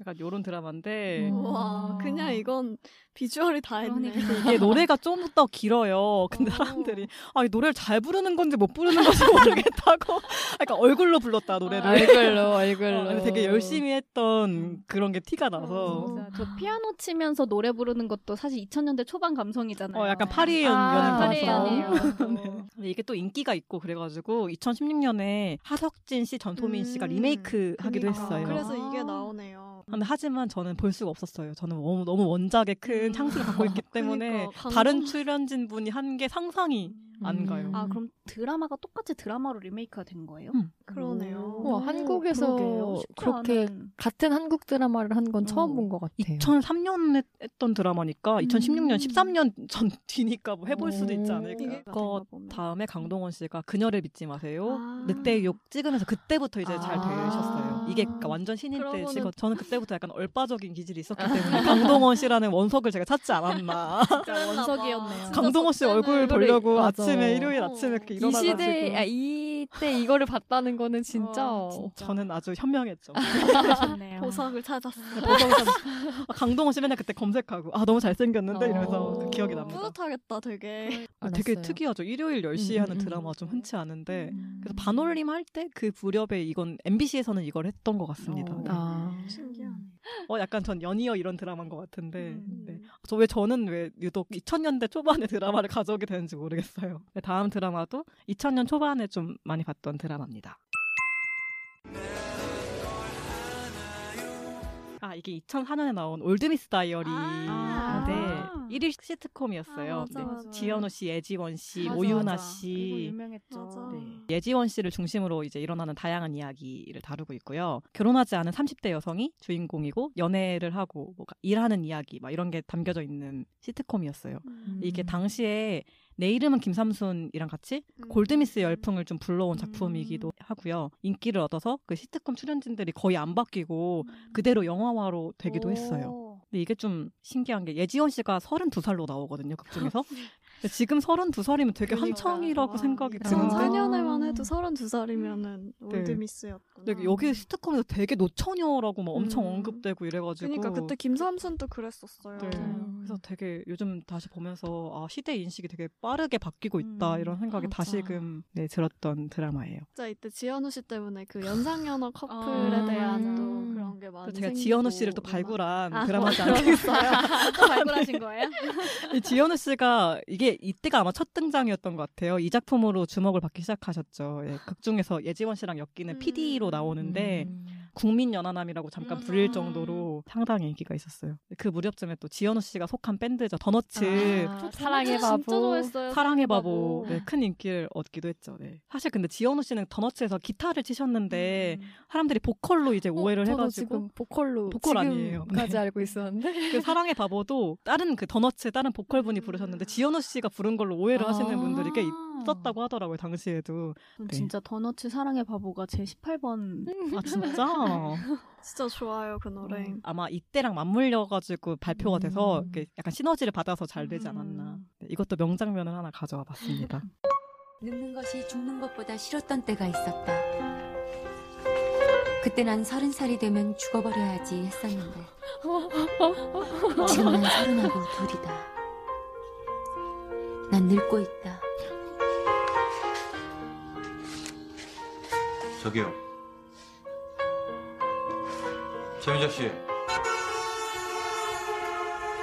Speaker 4: 약간 요런
Speaker 3: 네.
Speaker 4: 드라마인데
Speaker 2: 와, 그냥 이건 비주얼이 다 했네.
Speaker 1: 그러니까
Speaker 4: 이게 노래가 좀 더 길어요. 근데 사람들이 아, 이 노래를 잘 부르는 건지 못 부르는 건지 모르겠다고. 아, 그러니까 얼굴로 불렀다 노래를.
Speaker 3: 아, 얼굴로, 얼굴로.
Speaker 4: 어, 되게 열심히 했던 그런 게 티가 나서.
Speaker 1: 저그 피아노 치면서 노래 부르는 것도 사실 2000년대 초반 감성이잖아요.
Speaker 4: 어, 약간 파리의 네.
Speaker 1: 아,
Speaker 4: 연연을
Speaker 1: 파리의 연이에요.
Speaker 4: 근데 이게 또 인기가 있고 그래가지고 2016년에 하석진 씨, 전소민
Speaker 1: 음.
Speaker 4: 씨가 리메이크 하기도
Speaker 1: 그러니까.
Speaker 4: 했어요.
Speaker 2: 아, 그래서 이게 나오네요.
Speaker 4: 근데 하지만 저는 볼 수가 없었어요. 저는 너무, 너무 원작의 큰 향수를 갖고 있기 때문에
Speaker 1: 음. 그러니까,
Speaker 4: 다른
Speaker 1: 강동-
Speaker 4: 출연진 분이 한 게 상상이 안 가요.
Speaker 1: 아 그럼 드라마가 똑같이 드라마로 리메이크가 된 거예요?
Speaker 4: 음.
Speaker 1: 그러네요.
Speaker 3: 와 한국에서 그렇게 같은 한국 드라마를 한 건
Speaker 4: 어.
Speaker 3: 처음 본 것 같아요.
Speaker 4: 2003년에 했던 드라마니까
Speaker 1: 음.
Speaker 4: 2016년 13년 전 뒤니까 뭐 해볼 수도 있지 않을까. 그거 다음에 강동원 씨가 그녀를 믿지 마세요. 늑대의 욕 찍으면서 그때부터 이제 잘 되셨어요. 이게 그러니까 완전 신인 때
Speaker 3: 그러고는-
Speaker 4: 찍어. 저는 그때부터 약간 얼빠적인 기질이 있었기 때문에 강동원 씨라는 원석을 제가 찾지 않았나.
Speaker 1: 원석이었네요.
Speaker 4: 강동원 씨 얼굴
Speaker 3: 노래-
Speaker 4: 보려고
Speaker 3: 맞아.
Speaker 4: 아침에 일요일 아침에 이렇게
Speaker 3: 이
Speaker 4: 일어나가지고.
Speaker 3: 시대 아, 이때 이거를 봤다는 거는 진짜.
Speaker 2: 어,
Speaker 3: 어,
Speaker 4: 저는 아주 현명했죠.
Speaker 2: 보석을 찾았어.
Speaker 4: 보석을 찾았어. 아, 강동원 씨 맨날 그때 검색하고 아 너무 잘생겼는데 이러면서 그 기억이 납니다.
Speaker 2: 어, 뿌듯하겠다, 되게.
Speaker 4: 아, 되게 특이하죠. 일요일 10시에 하는 드라마 좀 흔치 않은데 네.
Speaker 1: 음.
Speaker 4: 그래서 반올림 할 때 그 무렵에 이건 MBC에서는 이걸 했던 것 같습니다. 네.
Speaker 3: 아,
Speaker 2: 신기하네.
Speaker 4: 어 약간 전 연이어 이런 드라마인 것 같은데
Speaker 1: 음,
Speaker 4: 네. 저 왜 저는 왜 유독 2000년대 초반에 드라마를 가져오게 되는지 모르겠어요. 네, 다음 드라마도 2000년 초반에 좀 많이 봤던 드라마입니다. 아 이게 2004년에 나온 올드미스 다이어리 네 1일 시트콤이었어요.
Speaker 1: 아, 맞아,
Speaker 4: 네.
Speaker 1: 맞아.
Speaker 4: 지현우 씨, 예지원 씨,
Speaker 1: 맞아,
Speaker 4: 오유나
Speaker 1: 맞아. 이거
Speaker 4: 씨,
Speaker 1: 유명했죠.
Speaker 4: 아. 예지원 씨를 중심으로 이제 일어나는 다양한 이야기를 다루고 있고요. 결혼하지 않은 30대 여성이 주인공이고 연애를 하고 뭐 일하는 이야기 막 이런 게 담겨져 있는 시트콤이었어요.
Speaker 2: 음.
Speaker 4: 이게 당시에 내 이름은 김삼순이랑 같이
Speaker 2: 음.
Speaker 4: 골드미스 열풍을 좀 불러온 작품이기도 하고요. 인기를 얻어서 그 시트콤 출연진들이 거의 안 바뀌고
Speaker 2: 음.
Speaker 4: 그대로 영화화로 되기도 했어요. 근데 이게 좀 신기한 게 예지원 씨가 32살로 나오거든요. 극중에서. 근데 지금 32살이면 되게 한창이라고 생각이
Speaker 2: 아,
Speaker 4: 드는데
Speaker 2: 2004년에만 해도 32살이면은
Speaker 4: 네.
Speaker 2: 올드미스였구나.
Speaker 4: 근데 여기 시트콤에서 되게 노처녀라고 막 엄청 언급되고 이래가지고
Speaker 2: 음. 그러니까 그때 김삼순도 그랬었어요.
Speaker 4: 네. 그래서 되게 요즘 다시 보면서 아 시대 인식이 되게 빠르게 바뀌고
Speaker 2: 음.
Speaker 4: 있다 이런 생각이 다시금 네, 들었던 드라마예요.
Speaker 2: 진짜 이때 지현우 씨 때문에 그 연상연하 커플에 대한 또 그런 게 아, 많이
Speaker 4: 제가
Speaker 2: 생기고
Speaker 4: 지현우 씨를 또 발굴한
Speaker 2: 아,
Speaker 4: 드라마지
Speaker 2: 그러셨어요?
Speaker 4: 않겠어요?
Speaker 2: 또 발굴하신 거예요?
Speaker 4: 이 지현우 씨가 이게 이때가 아마 첫 등장이었던 것 같아요. 이 작품으로 주목을 받기 시작하셨죠. 예, 극 중에서 예지원 씨랑 엮이는
Speaker 2: 음,
Speaker 4: PD로 나오는데 국민 연하남이라고 잠깐 불릴 정도로 상당히 인기가 있었어요. 그 무렵쯤에 또 지현우 씨가 속한 밴드죠. 더너츠.
Speaker 3: 아, 사랑의 바보. 진짜 좋아했어요,
Speaker 4: 사랑의
Speaker 3: 사랑의
Speaker 4: 바보.
Speaker 3: 바보.
Speaker 4: 네, 큰 인기를 얻기도 했죠. 네. 사실 근데 지현우 씨는 더너츠에서 기타를 치셨는데 사람들이 보컬로 이제 오해를
Speaker 3: 저도
Speaker 4: 해가지고
Speaker 3: 지금 보컬로
Speaker 4: 보컬 아니에요.
Speaker 3: 지금까지
Speaker 4: 네.
Speaker 3: 알고 있었는데
Speaker 4: 그 사랑의 음. 바보도 다른 그 더너츠 다른 보컬 분이 부르셨는데 지현우 씨가 부른 걸로 오해를 하시는 분들이 꽤 썼다고 하더라고요 당시에도.
Speaker 1: 전
Speaker 4: 네.
Speaker 1: 진짜 더너츠 사랑의 바보가 제 18번.
Speaker 4: 아 진짜.
Speaker 2: 진짜 좋아요 그 노래.
Speaker 4: 음. 아마 이때랑 맞물려가지고 발표가 돼서
Speaker 17: 음.
Speaker 4: 이렇게 약간 시너지를 받아서 잘 되지 않았나. 네, 이것도 명장면을 하나 가져와 봤습니다.
Speaker 14: 늙는 것이 죽는 것보다 싫었던 때가 있었다. 그때 난 서른 살이 되면 죽어버려야지 했었는데 지금 난 서른하고 둘이다. 난 늙고 있다.
Speaker 18: 저기요. 최민자 씨.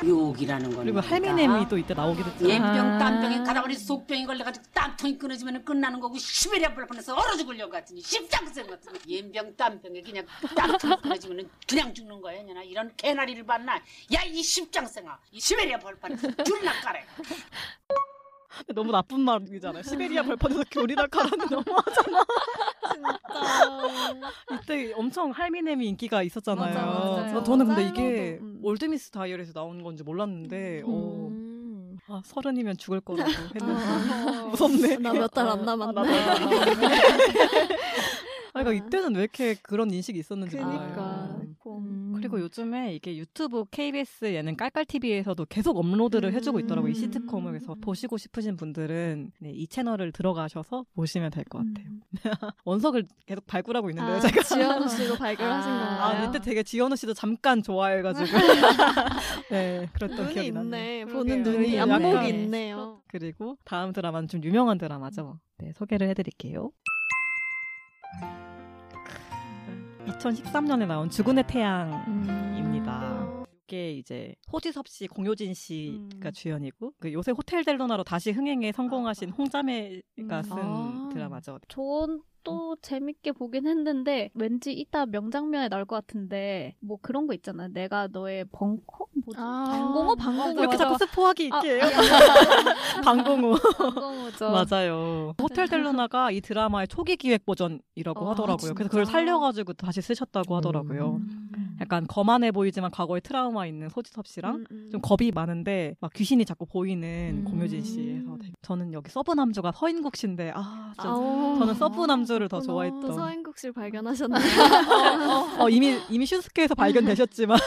Speaker 19: 욕이라는 거는
Speaker 17: 그러니까.
Speaker 4: 그리고 할미네미 또 이때 나오기도 했죠.
Speaker 19: 예병 땀병에 가다버리 속병이 걸려가지고 땀통이 끊어지면 끝나는 거고 시베리아 불판에서 얼어 죽으려고 같으니 십장생 같은 예병 땀병에 그냥 땀통이 끊어지면 그냥 죽는 거야 나 이런 개나리를 봤나 야 이 십장생아 이 시베리아 불판에서 둘이나 까래
Speaker 4: 근데 너무 나쁜 말이잖아요. 시베리아
Speaker 17: 음.
Speaker 4: 벌판에서 교리나 가라는 너무하잖아. 이때 엄청 할미네미 인기가 있었잖아요.
Speaker 17: 맞아, 맞아요. 음.
Speaker 4: 저- 저는 근데
Speaker 17: 맞아요.
Speaker 4: 이게 올드미스 다이어리에서 나온 건지 몰랐는데 어,
Speaker 17: 음.
Speaker 4: 아, 서른이면 죽을 거라고
Speaker 17: 어.
Speaker 4: 했는데 무섭네.
Speaker 2: 나 몇 달 안 남았네.
Speaker 4: 아, 나도 안 남았네. 아, 그러니까 이때는 왜 이렇게 그런 인식이 있었는지 몰라요.
Speaker 2: 음.
Speaker 4: 그리고 요즘에 이게 유튜브 KBS 예능 깔깔TV에서도 계속 업로드를 해주고
Speaker 2: 음.
Speaker 4: 있더라고요. 이 시트콤을. 그래서 보시고 싶으신 분들은 네, 이 채널을 들어가셔서 보시면 될 것 같아요. 원석을 계속 발굴하고 있는데요,
Speaker 2: 음. 아,
Speaker 4: 제가.
Speaker 2: 지현우 씨도 발굴하신
Speaker 4: 아,
Speaker 2: 건가요?
Speaker 4: 아, 이때 되게 지현우 씨도 잠깐 좋아해가지고. 네, 그랬던
Speaker 2: 눈이
Speaker 4: 기억이
Speaker 2: 있네.
Speaker 4: 나네요.
Speaker 2: 보는
Speaker 4: 그러게요.
Speaker 2: 눈이,
Speaker 4: 약간.
Speaker 2: 안목이 있네요.
Speaker 4: 그리고 다음 드라마는 좀 유명한 드라마죠. 네, 소개를 해드릴게요. 2013년에 나온 죽은의
Speaker 3: 음,
Speaker 4: 태양입니다. 이게 이제 호지섭 씨, 공효진
Speaker 2: 음.
Speaker 4: 씨가 주연이고 그 요새 호텔 델로나로 다시 흥행에 성공하신
Speaker 2: 아.
Speaker 4: 홍자매가
Speaker 2: 음.
Speaker 4: 쓴
Speaker 1: 아.
Speaker 4: 드라마죠.
Speaker 1: 저또
Speaker 4: 음.
Speaker 1: 재밌게 보긴 했는데 왠지 이따 명장면에 나올 것 같은데 뭐 그런 거 있잖아. 요 내가 너의 벙커 뭐지?
Speaker 4: 아.
Speaker 1: 방공호 방공호
Speaker 4: 이렇게 자꾸 스포하기
Speaker 2: 아,
Speaker 4: 있게 해요. 방공호.
Speaker 1: 방공호죠.
Speaker 4: 맞아요. 호텔 델로나가 이 드라마의 초기 기획 버전이라고
Speaker 1: 어,
Speaker 4: 하더라고요.
Speaker 1: 진짜?
Speaker 4: 그래서 그걸 살려가지고 다시 쓰셨다고 하더라고요. 약간 거만해 보이지만 과거에 트라우마 있는 소지섭 씨랑 좀 겁이 많은데 막 귀신이 자꾸 보이는 공효진 씨에서 되게- 저는 여기 서브 남주가 서인국 씨인데 아 진짜
Speaker 2: 아오.
Speaker 4: 저는 서브 남주를 더
Speaker 2: 또
Speaker 4: 좋아했던
Speaker 2: 서인국 씨를 발견하셨나요?
Speaker 4: 어, 이미 이미 슈스케에서 발견되셨지만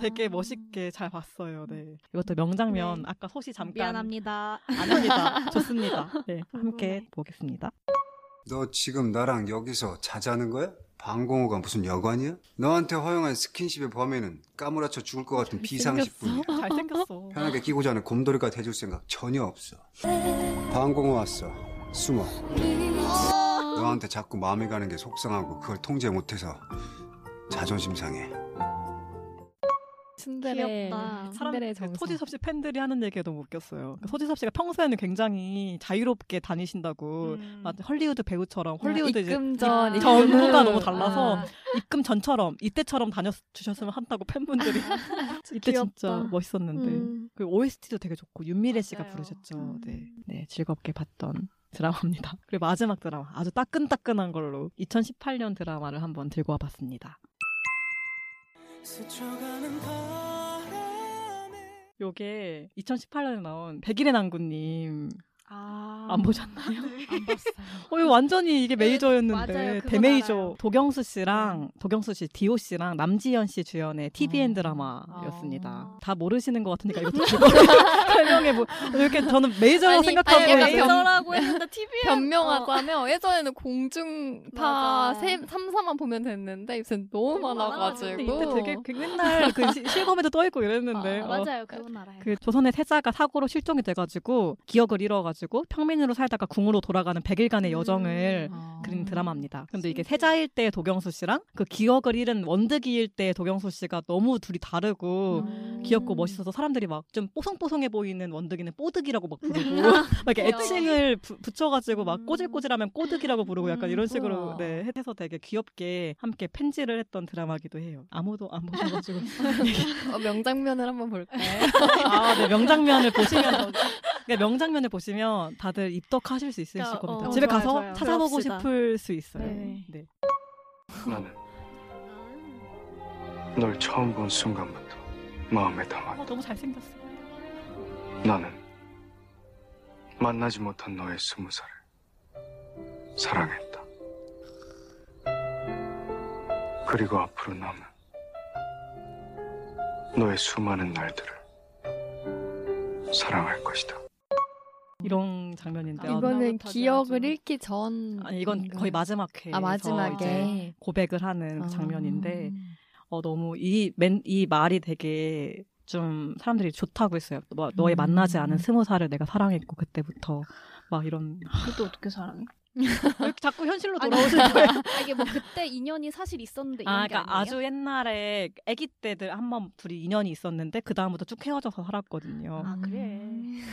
Speaker 4: 되게 멋있게 잘 봤어요. 네. 이것도 명장면 아까 소시 잠깐
Speaker 1: 미안합니다.
Speaker 4: 아닙니다. 좋습니다. 네, 함께 보겠습니다.
Speaker 20: 너 지금 나랑 여기서 자자는 거야? 방공호가 무슨 여관이야? 너한테 허용한 스킨십의 범위는 까무라쳐 죽을 것 같은 아, 비상식뿐이야.
Speaker 4: 잘생겼어.
Speaker 20: 편하게 끼고 자는 곰돌이가 돼줄 생각 전혀 없어. 방공호 왔어. 숨어. 너한테 자꾸 마음이 가는 게 속상하고 그걸 통제 못해서 자존심 상해.
Speaker 3: 츤데레.
Speaker 4: 사람
Speaker 3: 츤데레
Speaker 4: 그 소지섭 씨 팬들이 하는 얘기가 너무 웃겼어요. 그 소지섭 씨가 평소에는 굉장히 자유롭게 다니신다고
Speaker 1: 음.
Speaker 4: 막 헐리우드 배우처럼 헐리우드 이제
Speaker 3: 입금 전,
Speaker 4: 전후가
Speaker 3: 입금 후.
Speaker 4: 너무 달라서
Speaker 3: 아.
Speaker 4: 입금 전처럼 이때처럼 다녀 주셨으면 한다고 팬분들이 이때 진짜
Speaker 3: 귀엽다.
Speaker 4: 멋있었는데
Speaker 3: 음.
Speaker 4: 그 OST도 되게 좋고 윤미래 씨가 부르셨죠. 네. 네, 즐겁게 봤던 드라마입니다. 그리고 마지막 드라마 아주 따끈따끈한 걸로 2018년 드라마를 한번 들고 와봤습니다.
Speaker 15: 스쳐가는 바람에
Speaker 4: 요게 2018년에 나온 백일의 난구님
Speaker 1: 아,
Speaker 4: 안 보셨나요?
Speaker 1: 안 봤어요.
Speaker 4: 아, 어, 이거 완전히 이게
Speaker 1: 맞아요,
Speaker 4: 메이저였는데
Speaker 1: 그건
Speaker 4: 대메이저 도경수 씨랑 도경수 씨, 디오 씨랑 남지현 씨 주연의 TVN 드라마였습니다. 다 모르시는 것 같으니까 이것도 지금 설명해 보. 이렇게 저는 메이저라고
Speaker 3: 아니,
Speaker 4: 생각하고
Speaker 3: 아니, 약간
Speaker 4: 있는-
Speaker 3: 변-
Speaker 2: 했는데 TVN
Speaker 3: 변명하자면 예전에는 공중파 세, 3, 4만 보면 됐는데 요새 너무 많아가지고
Speaker 4: 근데 그 이때 되게 그 맨날 그 시- 실검에도 떠 있고 이랬는데
Speaker 3: 아,
Speaker 4: 어.
Speaker 3: 맞아요.
Speaker 1: 그건 알아요.
Speaker 4: 그 조선의 세자가 사고로 실종이 돼가지고 기억을 잃어가지고 평민으로 살다가 궁으로 돌아가는 100일간의 여정을
Speaker 3: 음. 아.
Speaker 4: 그린 드라마입니다. 근데 이게 세자일 때 도경수 씨랑 그 기억을 잃은 원득이일 때 도경수 씨가 너무 둘이
Speaker 3: 음.
Speaker 4: 다르고
Speaker 1: 음.
Speaker 4: 귀엽고 멋있어서 사람들이 막 좀 뽀송뽀송해 보이는 원득이는 뽀득이라고 막 부르고 막 이렇게
Speaker 3: 귀여워. 음.
Speaker 4: 애칭을 부- 붙여가지고 막 꼬질꼬질하면 꼬득이라고 부르고 약간 이런 식으로
Speaker 3: 우와.
Speaker 4: 네, 해서 되게 귀엽게 함께 팬질을 했던 드라마기도 해요. 아무도 안 보셔가지고
Speaker 3: 어, 명장면을 한번 볼까요?
Speaker 4: 아, 네, 명장면을 보시면 그러니까 명장면을 보시면 다들 입덕하실 수 있으실
Speaker 3: 그러니까,
Speaker 4: 겁니다.
Speaker 3: 어,
Speaker 4: 집에
Speaker 3: 좋아요,
Speaker 4: 가서
Speaker 3: 좋아요.
Speaker 4: 찾아보고
Speaker 3: 그럽시다.
Speaker 4: 싶을 수 있어요.
Speaker 3: 네.
Speaker 4: 네.
Speaker 11: 나는
Speaker 1: 아,
Speaker 11: 널 처음 본 순간부터 마음에 담아
Speaker 4: 어, 너무 잘생겼어.
Speaker 11: 나는 만나지 못한 너의 스무 살을 사랑했다. 그리고 앞으로 남은 너의 수많은 날들을 사랑할 것이다.
Speaker 4: 이런
Speaker 3: 아,
Speaker 4: 장면인데 요
Speaker 3: 이거는 기억을 잃기 전.
Speaker 4: 아니 이건 거의 마지막 회에서
Speaker 3: 아, 마지막에. 아.
Speaker 4: 이제 고백을 하는 장면인데 어 너무 이 맨 이 말이 되게 좀 사람들이 좋다고 했어요. 뭐, 너,
Speaker 3: 음.
Speaker 4: 너의 만나지 않은 스무 살을 내가 사랑했고 그때부터 막 이런
Speaker 1: 그것도 어떻게 사랑해?
Speaker 4: 자꾸 현실로
Speaker 1: 돌아오는 거예요? 이게 뭐 그때 인연이 사실 있었는데 이런
Speaker 4: 아,
Speaker 1: 게
Speaker 4: 그러니까
Speaker 1: 아니에요?
Speaker 4: 아주 옛날에 아기 때들 한 번 둘이 인연이 있었는데 그 다음부터 쭉 헤어져서 살았거든요. 아
Speaker 1: 네.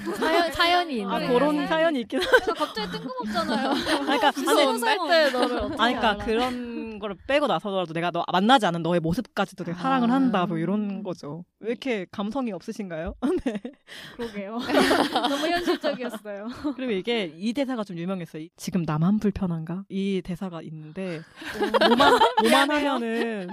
Speaker 4: 그래.
Speaker 3: 사연, 사연이 있는.
Speaker 4: 아 그런 사연이 있긴.
Speaker 1: 저 갑자기 뜬금없잖아요.
Speaker 4: 그러니까
Speaker 1: 네. 무서운 상황.
Speaker 4: 아니, 그러니까 그런 거를 빼고 나서더라도 내가 너 만나지 않은 너의 모습까지도 내가
Speaker 1: 아.
Speaker 4: 사랑을 한다 뭐 이런 거죠. 왜
Speaker 1: 음.
Speaker 4: 이렇게 감성이 없으신가요? 네.
Speaker 1: 그러게요. 너무 현실적이었어요.
Speaker 4: 그리고 이게 이 대사가 좀 유명했어요. 이- 지금 나만 불편한가? 이 대사가 있는데 뭐만 뭐만 하면은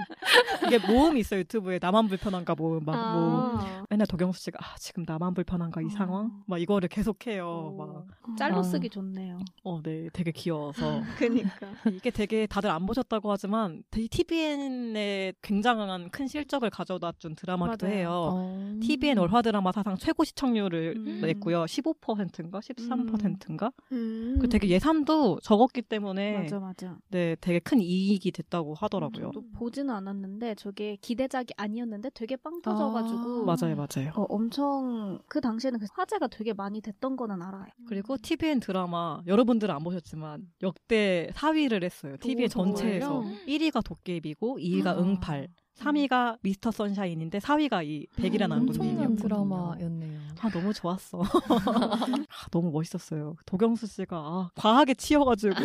Speaker 4: 이게 모음이 있어 요 유튜브에 나만 불편한가 모음 막뭐
Speaker 1: 아.
Speaker 4: 맨날 도경수 씨가 아, 지금 나만 불편한가 이 상황 막 이거를
Speaker 1: 어.
Speaker 4: 계속해요. 막
Speaker 1: 짤로
Speaker 4: 아.
Speaker 1: 쓰기 좋네요.
Speaker 4: 어, 네, 되게 귀여워서.
Speaker 1: 그니까.
Speaker 4: 이게 되게 다들 안 보셨다고 하지만 되게 TVN에 굉장한 큰 실적을 가져다 준 드라마기도
Speaker 1: 맞아요. 어. 음.
Speaker 4: 해요.
Speaker 3: 어.
Speaker 4: TVN 월화 드라마 사상 최고 시청률을 냈고요. 15%인가 13%인가?
Speaker 1: 음.
Speaker 4: 그 되게 예산도 적었기 때문에
Speaker 1: 맞아, 맞아.
Speaker 4: 네, 되게 큰 이익이 됐다고 하더라고요.
Speaker 1: 저도 보지는 않았는데 저게 기대작이 아니었는데 되게 빵 터져가지고
Speaker 4: 맞아요, 맞아요.
Speaker 1: 어, 엄청 그 당시에는 그 화제가 되게 많이 됐던 거는 알아요.
Speaker 4: 그리고 TVN 드라마 여러분들은 안 보셨지만 역대 4위를 했어요. TVN 전체에서
Speaker 1: 정말요?
Speaker 4: 1위가 도깨비고 2위가 응팔, 3위가 미스터 선샤인인데 4위가 이 백이라는
Speaker 3: 음, 엄청난
Speaker 4: 안도님이요.
Speaker 3: 드라마였네요.
Speaker 4: 아 너무 좋았어. 아, 너무 멋있었어요. 도경수 씨가 아, 과하게 치여가지고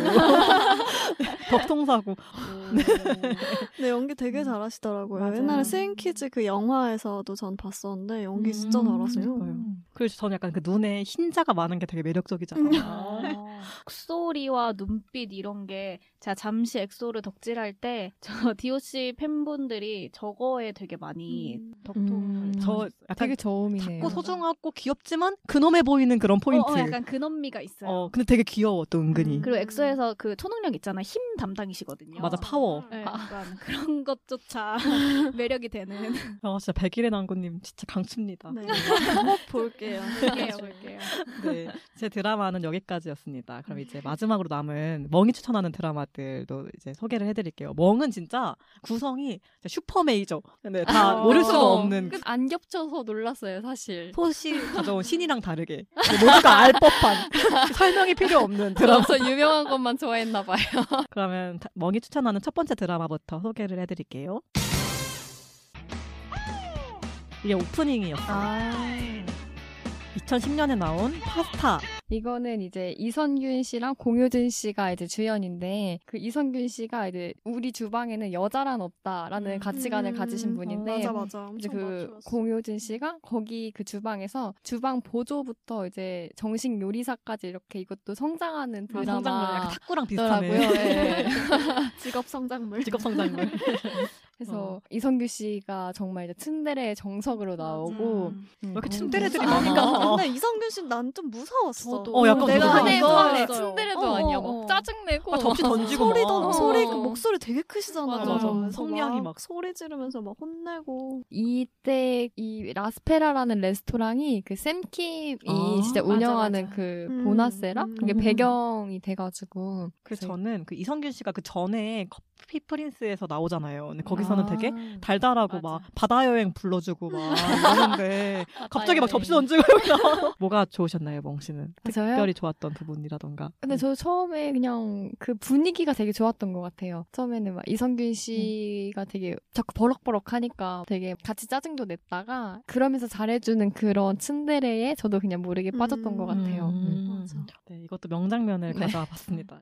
Speaker 4: 덕통사고.
Speaker 2: 음.
Speaker 1: 음.
Speaker 2: 네, 연기 되게 잘하시더라고요.
Speaker 4: 맞아요.
Speaker 2: 옛날에 스윙키즈 그 영화에서도 전 봤었는데 연기 진짜 잘하세요.
Speaker 4: 음, 그래서 저는 약간 그 눈에 흰자가 많은 게 되게 매력적이잖아요.
Speaker 1: 목소리와 눈빛 이런 게 제가 잠시 엑소를 덕질할 때 저 DOC 팬분들이 저거에 되게 많이
Speaker 2: 음.
Speaker 1: 어, 덕통.
Speaker 4: 저 약간
Speaker 3: 음. 되게 저음이네요.
Speaker 4: 작고 소중하고 귀엽지만 그놈해 보이는 그런 포인트.
Speaker 1: 어, 어, 약간 근엄미가 있어요. 음.
Speaker 4: 어, 근데 되게 귀여워 또 은근히.
Speaker 2: 음.
Speaker 1: 그리고 엑소에서 그 초능력 있잖아 요힘 담당이시거든요.
Speaker 4: 맞아 파워.
Speaker 1: 네, 약간 그런 것조차 매력이 되는.
Speaker 4: 아 진짜 백일의 난구님 진짜 강추입니다.
Speaker 1: 음. 네.
Speaker 2: 꼭 어, 볼게요.
Speaker 1: 볼게요, 볼게요.
Speaker 4: 네, 제 드라마는 여기까지였습니다. 그럼
Speaker 1: 음.
Speaker 4: 이제 마지막으로 남은 멍이 추천하는 드라마들도 이제 소개를 해드릴게요. 멍은 진짜 구성이 진짜 슈퍼 메이저. 네,
Speaker 1: 아.
Speaker 4: 다 모를 수가 없는
Speaker 1: 그
Speaker 3: 끝- 안 겹쳐서 놀랐어요, 사실.
Speaker 4: 토시 가져온 신이랑 다르게 네, 모두가 알 법한 설명이 필요
Speaker 1: 음.
Speaker 4: 없는 드라마.
Speaker 3: 그래서 유명한 것만 좋아했나 봐요.
Speaker 4: 그러면 다- 멍이 추천하는 첫 번째 드라마부터 소개를 해드릴게요. 이게 오프닝이었어요.
Speaker 3: 아.
Speaker 4: 2010년에 나온 파스타.
Speaker 3: 이거는 이제 이선균 씨랑 공효진 씨가 이제 주연인데 그 이선균 씨가 이제 우리 주방에는 여자란 없다라는 가치관을
Speaker 2: 음,
Speaker 3: 가지신 분인데
Speaker 2: 맞아, 맞아.
Speaker 3: 이제
Speaker 2: 엄청
Speaker 3: 그
Speaker 2: 맞추었어.
Speaker 3: 공효진 씨가 거기 그 주방에서 주방 보조부터 이제 정식 요리사까지 이렇게 이것도 성장하는
Speaker 4: 아,
Speaker 3: 드라마
Speaker 4: 성장면 약간 탁구랑 비슷하네.
Speaker 2: 예, 직업 성장물.
Speaker 4: 직업 성장물.
Speaker 3: 그래서 이선규 씨가 정말 이제 츤데레의 정석으로 나오고
Speaker 1: 음.
Speaker 3: 음. 왜
Speaker 4: 이렇게
Speaker 2: 아,
Speaker 4: 츤데레들이
Speaker 2: 근데 이성균 씨는 난 좀 무서웠어.
Speaker 4: 어, 약간
Speaker 2: 내가
Speaker 4: 무서웠어.
Speaker 2: 이거
Speaker 4: 무서웠어요.
Speaker 3: 츤데레도
Speaker 2: 어,
Speaker 3: 아니야.
Speaker 2: 어,
Speaker 3: 막
Speaker 2: 어.
Speaker 3: 짜증내고
Speaker 4: 막 접시 던지고
Speaker 2: 소리
Speaker 4: 막.
Speaker 2: 던
Speaker 4: 어.
Speaker 2: 소리 그 목소리 되게 크시잖아요.
Speaker 4: 맞아.
Speaker 2: 그래서
Speaker 4: 성량이 막
Speaker 2: 소리 지르면서 막 혼내고
Speaker 3: 이때 이 라스페라라는 레스토랑이 그 샘킴이 진짜
Speaker 4: 맞아,
Speaker 3: 운영하는 그
Speaker 4: 음,
Speaker 3: 보나세라
Speaker 4: 음.
Speaker 3: 그게 배경이 돼가지고
Speaker 4: 그래서 저는 그 이성균 씨가 그 전에 커피 프린스에서 나오잖아요. 근데 거기서는 되게 달달하고 막 바다 여행 불러주고 막 이러는데 갑자기 막 접시 던지고 이러고 뭐가 좋으셨나요, 멍 씨는?
Speaker 3: 저요?
Speaker 2: 네?
Speaker 4: 특별히 좋았던 부분이라던가.
Speaker 3: 근데 저 처음에 그냥 그 분위기가 되게 좋았던 것 같아요. 처음에는 막 이성균 씨가 되게 자꾸 버럭버럭 하니까 되게 같이 짜증도 냈다가 그러면서 잘해주는 그런 츤데레에 저도 그냥 모르게 빠졌던 것
Speaker 4: 음,
Speaker 3: 같아요.
Speaker 4: 네, 이것도 명장면을
Speaker 3: 네.
Speaker 4: 가져와 봤습니다.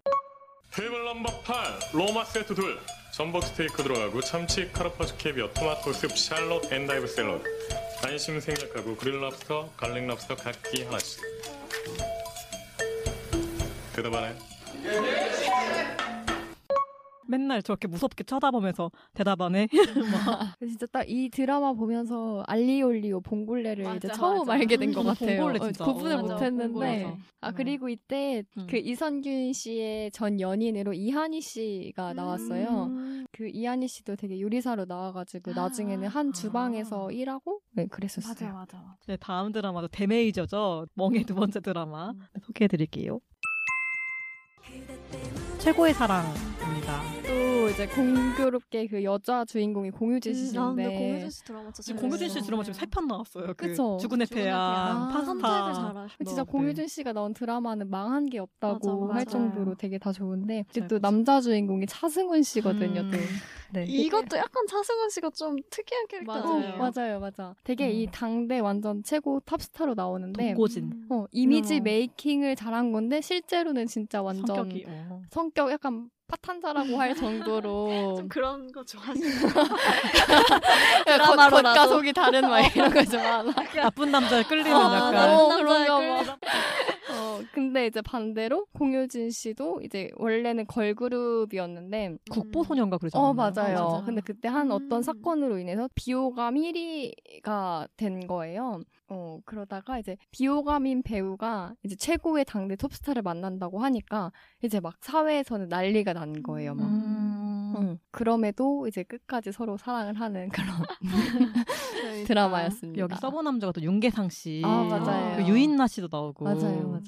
Speaker 17: 테이블 넘버 8 로마 세트 둘 전복 스테이크 들어가고 참치 카르파주 캐비어 토마토 습 샬롯 엔다이브 샐러드 안심 생략하고 그릴 랍스터 갈릭 랍스터 각기 하나씩 대답하나요?
Speaker 4: 맨날 저렇게 무섭게 쳐다보면서 대답하네.
Speaker 3: 음, 진짜 딱 이 드라마 보면서 알리올리오 봉골레를 이제
Speaker 4: 맞아,
Speaker 3: 처음
Speaker 4: 맞아.
Speaker 3: 알게 된 것
Speaker 4: 음,
Speaker 3: 같아요.
Speaker 4: 봉골레
Speaker 3: 어,
Speaker 4: 진짜.
Speaker 3: 구분을
Speaker 4: 맞아,
Speaker 3: 못했는데
Speaker 4: 봉골레죠.
Speaker 3: 아 그리고 이때 그 이선균 씨의 전 연인으로 이한희 씨가 나왔어요.
Speaker 2: 음.
Speaker 3: 그 이한희 씨도 되게 요리사로 나와가지고 나중에는 한 주방에서 일하고 네 그랬었어요.
Speaker 1: 맞아 맞아.
Speaker 4: 네, 다음 드라마도 대메이저죠. 멍의 두 번째 드라마
Speaker 3: 음.
Speaker 4: 네, 소개해드릴게요. 최고의 사랑입니다.
Speaker 3: 또 이제 공교롭게 그 여자 주인공이 공유진 씨인데
Speaker 2: 아, 근데 공유진 씨 드라마 진짜
Speaker 4: 지금 공유진 씨 드라마 지금 세 편 나왔어요. 그
Speaker 3: 네,
Speaker 4: 죽은의 태양,
Speaker 2: 아,
Speaker 3: 선택을
Speaker 4: 파스타.
Speaker 3: 아, 잘하시고. 진짜 공유진 씨가 나온 드라마는 망한 게 없다고
Speaker 2: 맞아, 맞아요.
Speaker 3: 할 정도로 되게 다 좋은데 이제 또 남자 주인공이 차승훈 씨거든요. 또. 네.
Speaker 2: 이것도 약간 차승원 씨가 좀 특이한 음. 캐릭터
Speaker 3: 맞아요.
Speaker 2: 아니에요?
Speaker 3: 어, 맞아요, 맞아. 되게 이 당대 완전 최고 탑스타로 나오는데
Speaker 2: 음.
Speaker 4: 독고진.
Speaker 3: 어, 이미지 메이킹을 잘한 건데 실제로는 진짜 완전
Speaker 2: 성격이,
Speaker 3: 성격 약간 파탄자라고 할 정도로
Speaker 2: 좀 그런 거 좋아하시는
Speaker 3: 겉-
Speaker 2: 드라마로라도. 어.
Speaker 3: 겉과 속이 다른 막 이런 거죠.
Speaker 4: 나쁜 남자에 끌리는
Speaker 3: 아,
Speaker 4: 약간.
Speaker 3: 어,
Speaker 4: 나쁜 남자에
Speaker 3: 그런가 봐. 어, 근데 이제 반대로 공효진 씨도 이제 원래는 걸그룹이었는데
Speaker 4: 국보소년가 그러지
Speaker 3: 음. 어,
Speaker 4: 않나요?
Speaker 3: 맞아요.
Speaker 4: 어, 맞아요.
Speaker 3: 근데 그때 한 어떤 사건으로 인해서 비호감 1위가 된 거예요. 어, 그러다가 이제 비호감인 배우가 이제 최고의 당대 톱스타를 만난다고 하니까 이제 막 사회에서는 난리가 난 거예요.
Speaker 1: 음.
Speaker 2: 음.
Speaker 3: 막. 응. 어, 그럼에도 이제 끝까지 서로 사랑을 하는 그런
Speaker 2: 그러니까.
Speaker 3: 드라마였습니다.
Speaker 4: 여기 서브 뭐? 남자가 또 윤계상 씨,
Speaker 3: 아, 맞아요.
Speaker 4: 그 유인나 씨도 나오고.
Speaker 3: 맞아요, 맞아요.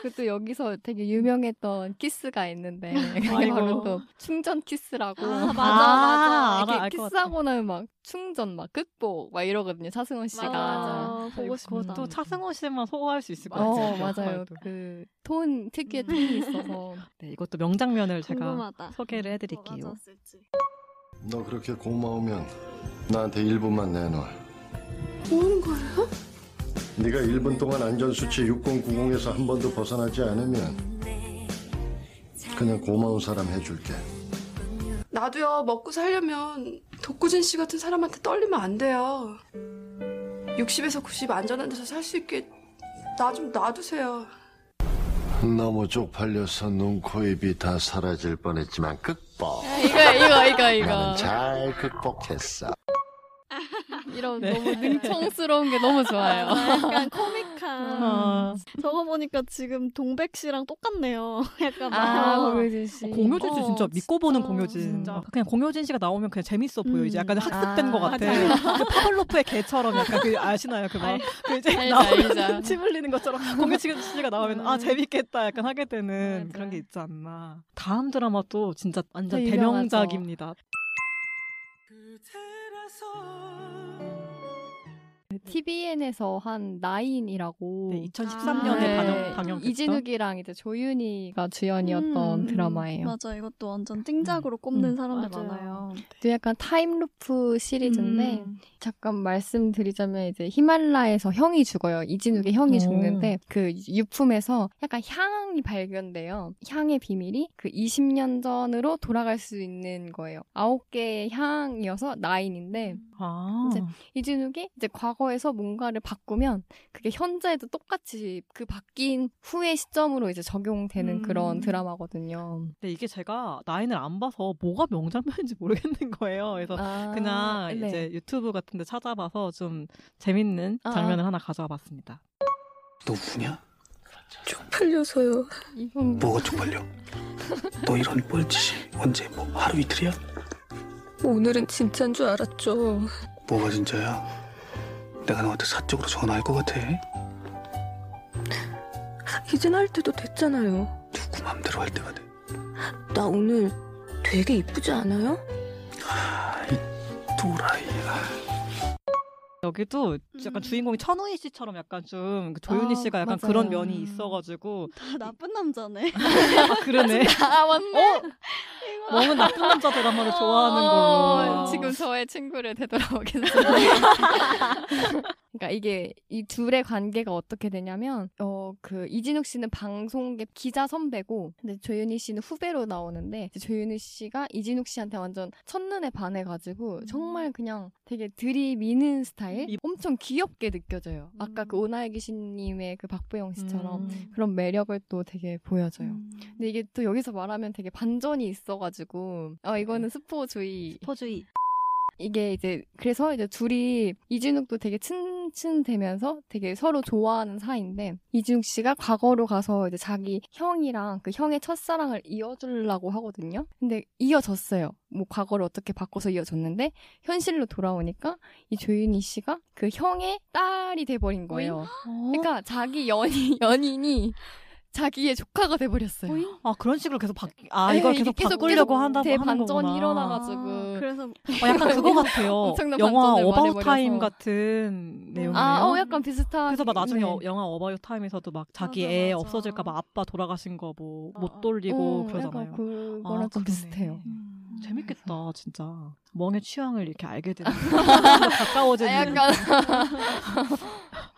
Speaker 3: 그또 여기서 되게 유명했던 키스가 있는데 그게
Speaker 4: 아이고.
Speaker 3: 바로 또 충전 키스라고
Speaker 4: 아, 맞아,
Speaker 2: 맞아.
Speaker 3: 이렇게
Speaker 2: 알아, 알것
Speaker 3: 키스하고 나면 막 충전 막 극복 막 이러거든요 차승원 씨가
Speaker 2: 맞아, 보고 싶다.
Speaker 4: 음, 또 차승호 씨만 소화할 수 있을 것
Speaker 3: 어,
Speaker 4: 같아요.
Speaker 3: 맞아요. 그 톤 특유의 톤이 있어서
Speaker 4: 네, 이것도 명장면을 제가
Speaker 3: 궁금하다. 어,
Speaker 4: 소개를
Speaker 2: 어,
Speaker 4: 해드릴게요.
Speaker 16: 너 그렇게 고마우면 나한테 1분만 내놔.
Speaker 15: 뭐하는 거예요?
Speaker 16: 네가 1분 동안 안전수치 6090에서 한 번도 벗어나지 않으면 그냥 고마운 사람 해줄게.
Speaker 21: 나도요 먹고 살려면 독구진 씨 같은 사람한테 떨리면 안 돼요. 60에서 90 안전한 데서 살 수 있게 나 좀 놔두세요.
Speaker 16: 너무 쪽팔려서 눈, 코, 입이 다 사라질 뻔했지만 극복.
Speaker 3: 이거, 이거, 이거, 이거.
Speaker 16: 나는 잘 극복했어.
Speaker 3: 이런
Speaker 2: 네.
Speaker 3: 너무 능청스러운 게 너무 좋아요.
Speaker 2: 약간 코믹한
Speaker 4: 아.
Speaker 3: 어.
Speaker 2: 저거 보니까 지금 동백 씨랑 똑같네요 약간 막
Speaker 3: 아, 공효진 씨.
Speaker 4: 공효진 씨
Speaker 2: 어,
Speaker 4: 진짜 믿고 보는 공효진. 그냥 공효진 씨가 나오면 그냥 재밌어 보여.
Speaker 3: 음.
Speaker 4: 이제 약간 학습된 것 같아. 그 파블로프의 개처럼 약간 그 아시나요? 그 막. 그 이제
Speaker 3: 알죠,
Speaker 4: 나오면
Speaker 3: 알죠. 음.
Speaker 4: 침 흘리는 것처럼 아, 공효진 씨가 나오면 아, 재밌겠다. 약간 하게 되는 그런 게 있지 않나. 다음 드라마 도 진짜 완전
Speaker 15: 또 유명하죠.
Speaker 4: 대명작입니다.
Speaker 3: TVN에서 한 나인이라고
Speaker 4: 네, 2013년에 방영- 방영됐죠?
Speaker 3: 아, 네. 이진욱이랑 이제 조윤희가 주연이었던
Speaker 2: 음,
Speaker 3: 드라마예요. 음.
Speaker 2: 맞아 이것도 완전 띵작으로 꼽는 사람들
Speaker 3: 맞아요.
Speaker 2: 많아요
Speaker 3: 또 약간 타임루프 시리즈인데
Speaker 2: 음.
Speaker 3: 잠깐 말씀드리자면 이제 히말라야에서 형이 죽어요. 이진욱의 형이
Speaker 2: 오.
Speaker 3: 죽는데 그 유품에서 약간 향이 발견돼요. 향의 비밀이 그 20년 전으로 돌아갈 수 있는 거예요. 아홉 개의 향이어서 나인인데
Speaker 2: 음.
Speaker 4: 아.
Speaker 3: 이제 이진욱이 이제 과거에서 뭔가를 바꾸면 그게 현재에도 똑같이 그 바뀐 후의 시점으로 이제 적용되는
Speaker 4: 음.
Speaker 3: 그런 드라마거든요.
Speaker 4: 근데 이게 제가 나인을 안 봐서 뭐가 명장면인지 모르겠는 거예요. 그래서
Speaker 3: 아,
Speaker 4: 그냥
Speaker 3: 네.
Speaker 4: 이제 유튜브 같은 데 찾아봐서 좀 재밌는
Speaker 3: 아,
Speaker 4: 장면을
Speaker 3: 아.
Speaker 4: 하나 가져와 봤습니다.
Speaker 11: 너 뭐냐?
Speaker 21: 팔려서요.
Speaker 11: 뭐가 쪽팔려? 너 이런 뻘짓이 언제 뭐 하루 이틀이야?
Speaker 21: 뭐 오늘은 진짜인 줄 알았죠.
Speaker 11: 뭐가 진짜야? 내가 너한테 사적으로 전화할 것 같아.
Speaker 21: 이젠 할 때도 됐잖아요.
Speaker 11: 누구 맘대로 할 때가 돼.
Speaker 21: 나 오늘 되게 이쁘지 않아요?
Speaker 11: 도라이야.
Speaker 4: 여기도 약간 주인공이 천우희 씨처럼 약간 좀그 조윤희
Speaker 2: 아,
Speaker 4: 씨가 약간
Speaker 2: 맞아요.
Speaker 4: 그런 면이
Speaker 3: 음.
Speaker 4: 있어가지고
Speaker 2: 다 아, 나쁜 남자네
Speaker 4: 아, 그러네. 어?
Speaker 3: 아 맞네.
Speaker 4: 너무 나쁜 남자 드라마를 좋아하는 걸로.
Speaker 3: 지금 저의 친구를 되돌아오겠습니다. 그러니까 이게 이 둘의 관계가 어떻게 되냐면 어 그 이진욱 씨는 방송계 기자 선배고 근데 조윤희 씨는 후배로 나오는데 이제 조윤희 씨가 이진욱 씨한테 완전 첫눈에
Speaker 4: 음.
Speaker 3: 반해가지고 정말 그냥 되게 들이미는 스타일 엄청 귀엽게 느껴져요.
Speaker 4: 음.
Speaker 3: 아까 그 오나의 귀신님의 그 박보영 씨처럼 그런 매력을 또 되게 보여줘요. 근데 이게 또 여기서 말하면 되게 반전이 있어가지고 어 이거는 스포주의 스포주의 이게 이제 그래서 이제 둘이 이진욱도 되게 친친되면서 되게 서로 좋아하는 사이인데 이진욱 씨가 과거로 가서 이제 자기 형이랑 그 형의 첫사랑을 이어주려고 하거든요. 근데 이어졌어요. 뭐 과거를 어떻게 바꿔서 이어졌는데 현실로 돌아오니까 이 조윤희 씨가 그 형의 딸이 돼버린 거예요. 그러니까 자기 연인 연인이 자기의 조카가 돼버렸어요.
Speaker 4: 아 그런 식으로 계속 바, 아 이걸
Speaker 3: 네,
Speaker 4: 계속
Speaker 3: 이게 계속-
Speaker 4: 바꾸려고
Speaker 3: 계속
Speaker 4: 한다 하는 거구나.
Speaker 3: 대반전이 일어나가지고.
Speaker 2: 그래서
Speaker 4: 어, 약간 그거 같아요.
Speaker 3: 엄청난
Speaker 4: 영화
Speaker 3: 반전을
Speaker 4: 어바웃
Speaker 3: 말해버려서.
Speaker 4: 타임 같은 내용이에요.
Speaker 3: 아, 어, 약간 비슷한.
Speaker 4: 그래서 막 나중에
Speaker 3: 네.
Speaker 4: 어- 영화 어바웃 타임에서도 막 자기
Speaker 3: 맞아,
Speaker 4: 애
Speaker 3: 맞아.
Speaker 4: 없어질까봐 아빠 돌아가신 거 뭐 못 돌리고
Speaker 3: 어,
Speaker 4: 그러잖아요.
Speaker 3: 약간 그거랑
Speaker 4: 아,
Speaker 3: 좀
Speaker 4: 그러네.
Speaker 3: 비슷해요. 음,
Speaker 4: 재밌겠다 진짜 멍의 취향을 이렇게 알게 되는 가까워지는
Speaker 3: 아, 약간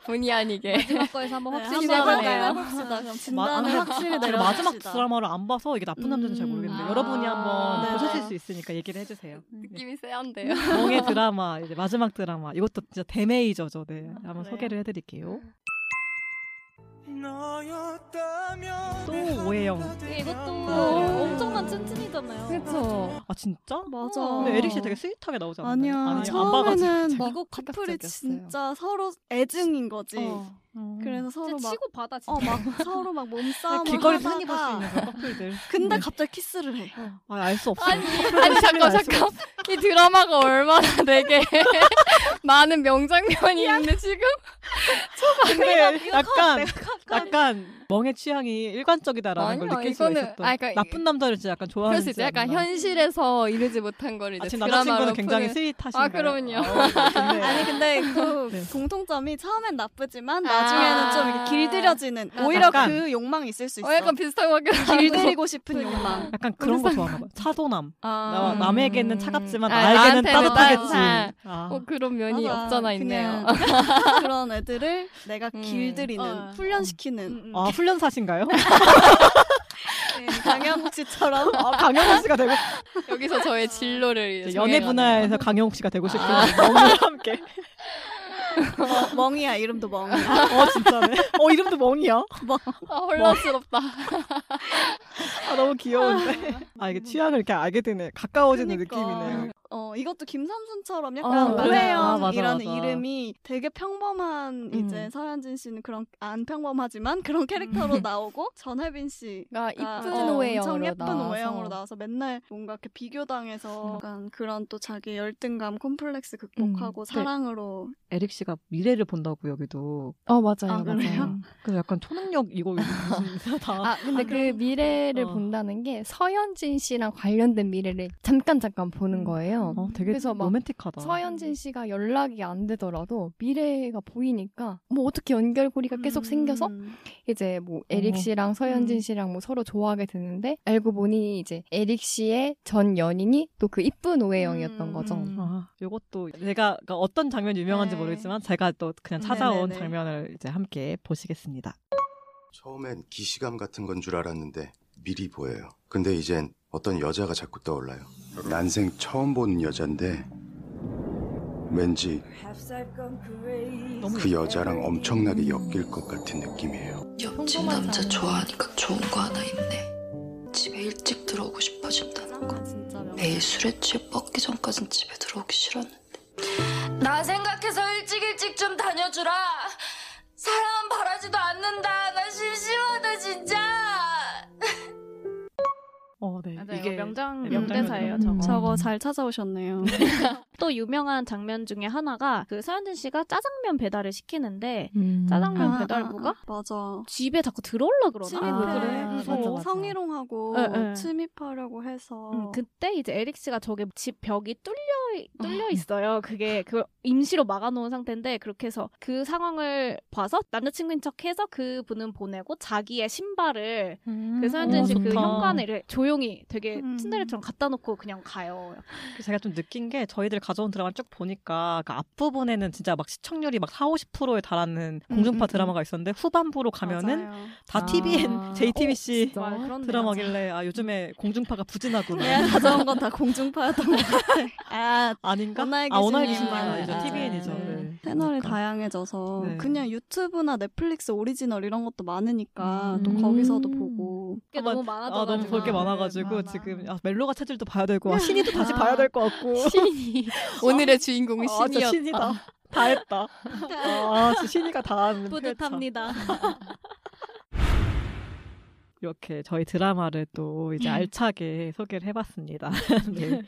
Speaker 3: 본의 아니게
Speaker 1: 마지막 거에서 한번 확실히
Speaker 4: 네, 한번
Speaker 1: 해볼까요?
Speaker 4: 해봅시다.
Speaker 1: 그럼
Speaker 4: 마-
Speaker 1: 진단을
Speaker 4: 아,
Speaker 1: 확실히
Speaker 4: 제가 마지막
Speaker 1: 내려봅시다.
Speaker 4: 드라마를 안 봐서 이게 나쁜 남자는 잘 모르겠는데
Speaker 3: 아.
Speaker 4: 여러분이 한번
Speaker 3: 네.
Speaker 4: 보셨을 수 있으니까 얘기를 해주세요. 네.
Speaker 3: 느낌이 세한데요.
Speaker 4: 멍의 드라마 이제 마지막 드라마 이것도 진짜 대메이저죠. 네
Speaker 3: 아,
Speaker 4: 한번 소개를 해드릴게요.
Speaker 3: 음.
Speaker 4: 또 오해영.
Speaker 1: 이것도
Speaker 4: 어.
Speaker 1: 엄청난 찐찐이잖아요.
Speaker 3: 그렇죠.
Speaker 4: 아 진짜?
Speaker 2: 맞아.
Speaker 4: 근데 에릭 씨 되게 스윗하게 나오지 않나요?
Speaker 2: 아니야.
Speaker 4: 아니에요? 안 봐가지고.
Speaker 2: 처음에는
Speaker 4: 제가.
Speaker 2: 이거 커플이 진짜 서로 애증인 거지.
Speaker 4: 어.
Speaker 2: 그래서 서로 막
Speaker 1: 치고 받아 진짜.
Speaker 2: 어, 막 서로 막
Speaker 4: 어.
Speaker 2: 몸싸움을
Speaker 4: 길거리에서 흔히 볼 수
Speaker 2: 하다가
Speaker 4: 있는 네. 그런 커플들.
Speaker 2: 근데 갑자기 키스를 해.
Speaker 4: 아, 알 수 없어.
Speaker 3: 아니, 아니 잠깐 잠깐 이 드라마가 얼마나 되게 많은 명장면이 있는데 지금
Speaker 4: 근데
Speaker 3: 이거 컷,
Speaker 4: 약간
Speaker 3: 내가
Speaker 4: 약간 멍의 취향이 일관적이다라는 걸
Speaker 3: 아니야,
Speaker 4: 느낄 수가
Speaker 3: 이거는-
Speaker 4: 있었던.
Speaker 3: 아, 그러니까
Speaker 4: 나쁜 남자를 진짜
Speaker 3: 그럴
Speaker 4: 약간
Speaker 3: 수
Speaker 4: 좋아하는지.
Speaker 3: 있죠. 약간 현실에서 이루지 못한 거를 이제
Speaker 4: 아, 지금
Speaker 3: 드라마로
Speaker 4: 남자친구는 굉장히
Speaker 3: 푸는-
Speaker 4: 스윗하신가요? 어,
Speaker 3: 아 그럼요.
Speaker 2: 아니 근데 그
Speaker 4: 네.
Speaker 2: 공통점이 처음엔 나쁘지만 나중에는 좀 이렇게 길들여지는
Speaker 3: 아,
Speaker 2: 오히려
Speaker 4: 아. 약간.
Speaker 2: 그 욕망이 있을 수 있어.
Speaker 3: 어, 약간 비슷한 것 같기도 하고.
Speaker 2: 길들이고 싶은 욕망.
Speaker 4: 약간 그런 거 좋아하나 봐요. 차도남. 나-
Speaker 3: 음.
Speaker 4: 남에게는 차갑지만
Speaker 3: 아,
Speaker 4: 나에게는
Speaker 3: 나한테는
Speaker 4: 따뜻하겠지.
Speaker 3: 따뜻한.
Speaker 4: 아.
Speaker 3: 어, 그런 면이
Speaker 2: 맞아.
Speaker 3: 없잖아 있네요.
Speaker 2: 그냥 그런 애들을 내가
Speaker 4: 음.
Speaker 2: 길들이는
Speaker 4: 어.
Speaker 2: 훈련시키는
Speaker 4: 아 훈련사신가요?
Speaker 2: 예, 강현욱 씨처럼
Speaker 3: 어,
Speaker 4: 아, 강현욱 씨가 되고
Speaker 3: 여기서 저의 진로를 이제
Speaker 4: 연애
Speaker 3: 정해가는.
Speaker 4: 분야에서 강현욱 씨가 되고 싶은
Speaker 3: 네, 아.
Speaker 4: 멍과 함께.
Speaker 2: 멍- 멍이야 이름도 멍이야.
Speaker 4: 어 진짜네. 어 이름도 멍이야.
Speaker 2: 멍.
Speaker 3: 아,
Speaker 4: 뭐.
Speaker 3: 혼란스럽다.
Speaker 4: 아 너무 귀여운데. 아 이게 취향을 이렇게 알게 되네. 가까워지는 느낌이네요.
Speaker 2: 그러니까. 어 이것도 김삼순처럼
Speaker 4: 어,
Speaker 2: 약간
Speaker 4: 맞아요. 아, 맞아,
Speaker 2: 오해영이라는
Speaker 4: 맞아. 음.
Speaker 2: 이름이 되게 평범한 이제 서현진 씨는 그런 아, 안 평범하지만 그런 캐릭터로 나오고 전혜빈 씨가
Speaker 3: 아, 이쁜
Speaker 2: 어, 엄청
Speaker 3: 오해영으로
Speaker 2: 예쁜
Speaker 3: 나와서.
Speaker 2: 오해영으로 나와서 맨날 뭔가 이렇게 비교당해서 약간 그런 또 자기 열등감 콤플렉스 극복하고
Speaker 4: 그러니까. 음.
Speaker 2: 사랑으로
Speaker 4: 에릭 씨가 미래를 본다고 여기도.
Speaker 3: 어 맞아요.
Speaker 4: 아,
Speaker 3: 맞아요.
Speaker 4: 그래요? 그래서 약간 초능력 이거 무슨 다.
Speaker 3: 아 근데 그 미래를 본다는 게 서현진 씨랑 관련된 미래를 잠깐 잠깐 보는 거예요.
Speaker 4: 어, 되게 로맨틱하다.
Speaker 3: 서현진 씨가 연락이 안 되더라도 미래가 보이니까 뭐 어떻게 연결고리가 계속 생겨서 이제 뭐 에릭
Speaker 14: 어.
Speaker 3: 씨랑 서현진 씨랑 뭐 서로 좋아하게 되는데 알고 보니 이제 에릭 씨의 전 연인이 또 그 이쁜 오해영이었던 거죠.
Speaker 2: 음,
Speaker 4: 음. 아, 요것도 내가 그러니까 어떤 장면 이 유명한지 모르겠지만 제가 또 그냥 찾아온
Speaker 3: 네네네.
Speaker 4: 장면을 이제 함께 보시겠습니다.
Speaker 6: 처음엔 기시감 같은 건 줄 알았는데 미리 보여요. 근데 이젠 어떤 여자가 자꾸 떠올라요. 난생 처음 보는 여잔데 왠지 그 여자랑 엄청나게 엮일 것 같은 느낌이에요.
Speaker 13: 옆집 남자 좋아하니까 좋은 거 하나 있네. 집에 일찍 들어오고 아, 싶어진다는 거. 매일 술에 취해 뻗기 전까진 집에 들어오기 싫었는데.
Speaker 14: 나 생각해서 일찍 일찍 좀 다녀주라. 사랑은 바라지도 않는다. 나 심심하다 진짜.
Speaker 4: 어, 네.
Speaker 1: 맞아요.
Speaker 4: 이게
Speaker 1: 명장
Speaker 4: 네,
Speaker 1: 명대사예요,
Speaker 4: 명장면이죠.
Speaker 1: 저거.
Speaker 2: 저거 잘 찾아오셨네요.
Speaker 1: 또 유명한 장면 중에 하나가 그 서현진 씨가 짜장면 배달을 시키는데
Speaker 3: 음.
Speaker 1: 짜장면
Speaker 2: 아,
Speaker 1: 배달부가
Speaker 2: 아, 맞아.
Speaker 1: 집에 자꾸 들어올라
Speaker 4: 아,
Speaker 1: 그러나
Speaker 2: 침입해.
Speaker 4: 네.
Speaker 1: 그래서
Speaker 2: 뭐 성희롱하고
Speaker 1: 네,
Speaker 4: 예,
Speaker 1: 네.
Speaker 2: 침입하려고 해서
Speaker 1: 음, 그때 이제 에릭 씨가 저게 집 벽이 뚫려 뚫려 있어요. 그게 그걸 임시로 막아놓은 상태인데 그렇게 해서 그 상황을 봐서 남자친구인 척해서 그 분은 보내고 자기의 신발을
Speaker 4: 음.
Speaker 1: 그 서현진
Speaker 4: 오,
Speaker 1: 씨 그
Speaker 4: 음. 어, 좋다.
Speaker 1: 현관을 조여 조용히 되게 츤데레처럼 갖다 놓고 그냥 가요.
Speaker 4: 그래서 제가 좀 느낀 게 저희들 가져온 드라마 쭉 보니까 그 앞부분에는 진짜 막 시청률이 막 4, 50%에 달하는 공중파 드라마가 있었는데 후반부로 가면은 다
Speaker 1: 아.
Speaker 4: TVN, JTBC
Speaker 1: 어, 진짜? 그렇네요.
Speaker 4: 드라마길래 아 요즘에 공중파가 부진하구나.
Speaker 2: 예, 가져온 건 다 공중파였던 것 같아. 아,
Speaker 4: 아닌가? 아, 원화의 기준이구나. 이제 TVN이죠. 네.
Speaker 2: 채널이 다양해져서
Speaker 4: 네.
Speaker 2: 그냥 유튜브나 넷플릭스 오리지널 이런 것도 많으니까 또
Speaker 4: 음.
Speaker 2: 거기서도 보고.
Speaker 1: 게 너무 많아져.
Speaker 4: 아, 너무 볼 게 많아가지고 지금 아, 멜로가 체질도 봐야 되고 아, 신이도 다시 봐야 될 것 같고
Speaker 3: 신이 오늘의 주인공은
Speaker 4: 아, 진짜
Speaker 3: 신이었다.
Speaker 4: 신이다. 다 했다. 아, 진짜 신이가 다 하는
Speaker 1: 뿌듯합니다.
Speaker 4: 그렇죠. 이렇게 저희 드라마를 또 이제 알차게 소개를 해봤습니다. 음. 네.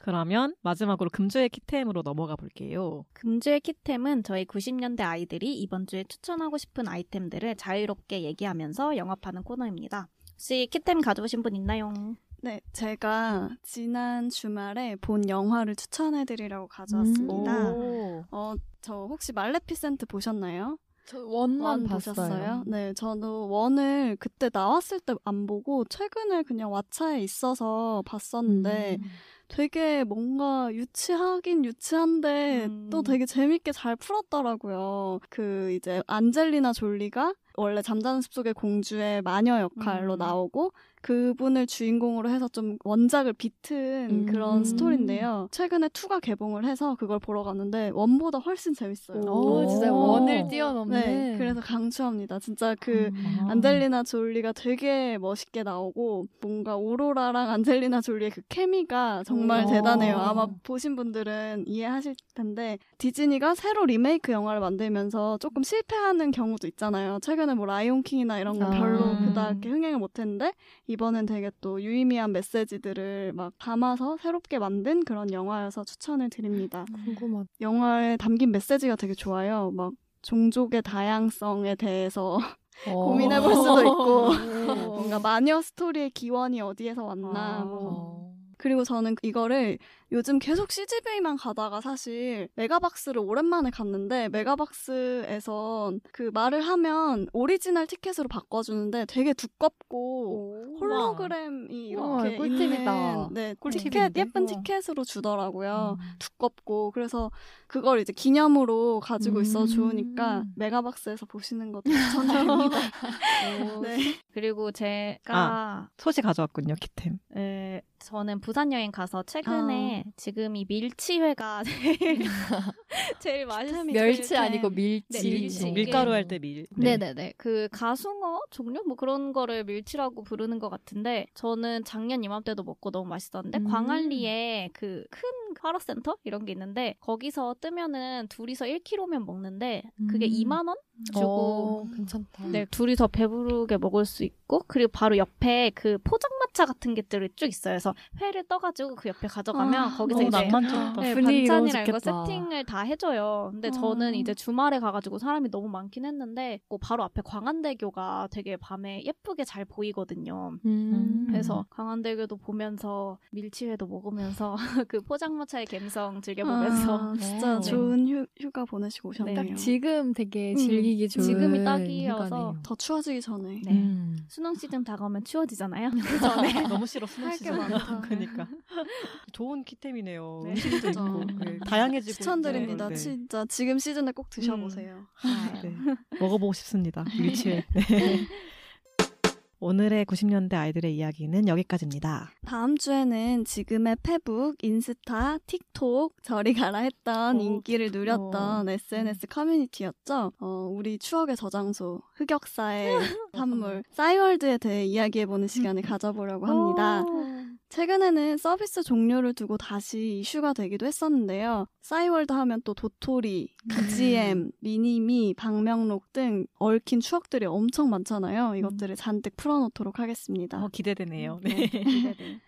Speaker 4: 그러면 마지막으로 금주의 키템으로 넘어가 볼게요.
Speaker 1: 금주의 키템은 저희 90년대 아이들이 이번 주에 추천하고 싶은 아이템들을 자유롭게 얘기하면서 영업하는 코너입니다. 혹시 키템 가져오신 분 있나요?
Speaker 2: 네, 제가 지난 주말에 본 영화를 추천해드리려고 가져왔습니다.
Speaker 4: 음. 아,
Speaker 2: 어, 저 혹시 말레피센트 보셨나요?
Speaker 3: 저 원만
Speaker 2: 원
Speaker 3: 아, 봤어요.
Speaker 2: 보셨어요? 네, 저는 원을 그때 나왔을 때 안 보고 최근에 그냥 왓챠에 있어서 봤었는데
Speaker 3: 음.
Speaker 2: 되게 뭔가 유치하긴 유치한데 또
Speaker 3: 음.
Speaker 2: 되게 재밌게 잘 풀었더라고요. 그 이제 안젤리나 졸리가 원래 잠자는 숲속의 공주의 마녀
Speaker 3: 음.
Speaker 2: 역할로 나오고 그분을 주인공으로 해서 좀 원작을 비튼
Speaker 3: 음.
Speaker 2: 그런 스토리인데요. 최근에 투가 개봉을 해서 그걸 보러 갔는데 원보다 훨씬 재밌어요.
Speaker 3: 오, 진짜 원을 뛰어넘는. 음.
Speaker 2: 네, 그래서 강추합니다. 진짜 그 안젤리나 졸리가 되게 멋있게 나오고 뭔가 오로라랑 안젤리나 졸리의 그 케미가 정말
Speaker 3: 음.
Speaker 2: 대단해요.
Speaker 3: 어.
Speaker 2: 아마 보신 분들은 이해하실 텐데 디즈니가 새로 리메이크 영화를 만들면서 조금 실패하는 경우도 있잖아요. 최근에 뭐 라이온킹이나 이런
Speaker 3: 아.
Speaker 2: 건 별로 그닥 흥행을 못했는데 이번엔 되게 또 유의미한 메시지들을 막 담아서 새롭게 만든 그런 영화여서 추천을 드립니다.
Speaker 3: 궁금하다.
Speaker 2: 영화에 담긴 메시지가 되게 좋아요. 막 종족의 다양성에 대해서
Speaker 3: 어.
Speaker 2: 고민해 볼 수도 있고 뭔가 마녀 스토리의 기원이 어디에서 왔나
Speaker 3: 아.
Speaker 2: 뭐. 그리고 저는 이거를 요즘 계속 CGV만 가다가 사실 메가박스를 오랜만에 갔는데 메가박스에선 그 말을 하면 오리지널 티켓으로 바꿔주는데 되게 두껍고 홀로그램이
Speaker 3: 우와,
Speaker 2: 이렇게
Speaker 3: 어, 꿀팁이다.
Speaker 2: 있는 네,
Speaker 3: 꿀팁인데?
Speaker 2: 티켓 예쁜 티켓으로
Speaker 4: 어,
Speaker 2: 주더라고요. 두껍고 그래서 그걸 이제 기념으로 가지고
Speaker 1: 음.
Speaker 2: 있어 좋으니까 메가박스에서 보시는 것도 추천드립니다. 네.
Speaker 1: 그리고 제가
Speaker 4: 아, 소시 가져왔군요, 키템.
Speaker 1: 에, 저는 부산 여행 가서
Speaker 4: 아.
Speaker 1: 최근에 지금 이 밀치회가 제일 맛있는
Speaker 3: 멸치 아니고 밀치.
Speaker 4: 네, 밀가루 할 때 밀.
Speaker 1: 네. 네네그 가숭어 종류 뭐 그런 거를 밀치라고 부르는 것 같은데 저는 작년 이맘때도 먹고 너무 맛있었는데
Speaker 3: 음.
Speaker 1: 광안리에 그 큰 활어센터 이런 게 있는데 거기서 뜨면은 둘이서 1kg면 먹는데 그게
Speaker 3: 음.
Speaker 1: 2만 원 주고
Speaker 3: 어, 괜찮다.
Speaker 1: 네, 둘이서 배부르게 먹을 수 있고 그리고 바로 옆에 그 포장마차 같은 것들이 쭉 있어요. 그래서 회를 떠가지고 그 옆에 가져가면
Speaker 3: 아,
Speaker 1: 거기서
Speaker 3: 너무
Speaker 1: 이제
Speaker 3: 낭만적이다.
Speaker 1: 네,
Speaker 3: 분위기 너무
Speaker 1: 반찬이랑 이거
Speaker 3: 좋겠다.
Speaker 1: 세팅을 다 해줘요. 근데 저는 이제 주말에 가가지고 사람이 너무 많긴 했는데 그 바로 앞에 광안대교가 되게 밤에 예쁘게 잘 보이거든요.
Speaker 3: 음.
Speaker 1: 그래서 강한대교도 보면서 밀치회도 먹으면서 그 포장마차의 감성 즐겨보면서
Speaker 2: 아, 진짜
Speaker 1: 네.
Speaker 2: 좋은 휴, 휴가 보내시고
Speaker 1: 네.
Speaker 2: 오셨네요.
Speaker 1: 딱
Speaker 3: 지금 되게 즐기기 좋은
Speaker 1: 지금이 딱이어서
Speaker 2: 더 추워지기 전에
Speaker 1: 네. 수능 시즌 다가오면 추워지잖아요. 그
Speaker 4: 네. 너무 싫어 수능
Speaker 1: 할게
Speaker 4: 시즌.
Speaker 1: 많다.
Speaker 4: 그러니까 좋은 키템이네요.
Speaker 1: 네.
Speaker 4: 음식도 있고 네, 다양해지고
Speaker 2: 추천드립니다.
Speaker 4: 있네요. 네.
Speaker 2: 진짜 지금 시즌에 꼭
Speaker 1: 음.
Speaker 2: 드셔보세요.
Speaker 1: 아, 네.
Speaker 4: 먹어보고 싶습니다. 밀치회. 네. 오늘의 90년대 아이들의 이야기는 여기까지입니다.
Speaker 2: 다음 주에는 지금의 페북, 인스타, 틱톡 저리 가라 했던 인기를 누렸던 SNS 커뮤니티였죠. 어, 우리 추억의 저장소 흑역사의 산물 싸이월드에 대해 이야기해보는 시간을 가져보려고
Speaker 1: 어.
Speaker 2: 합니다. 최근에는 서비스 종료를 두고 다시 이슈가 되기도 했었는데요. 싸이월드 하면 또 도토리, BGM, 미니미, 방명록 등 얽힌 추억들이 엄청 많잖아요. 이것들을 잔뜩 풀어놓도록 하겠습니다.
Speaker 4: 기대되네요.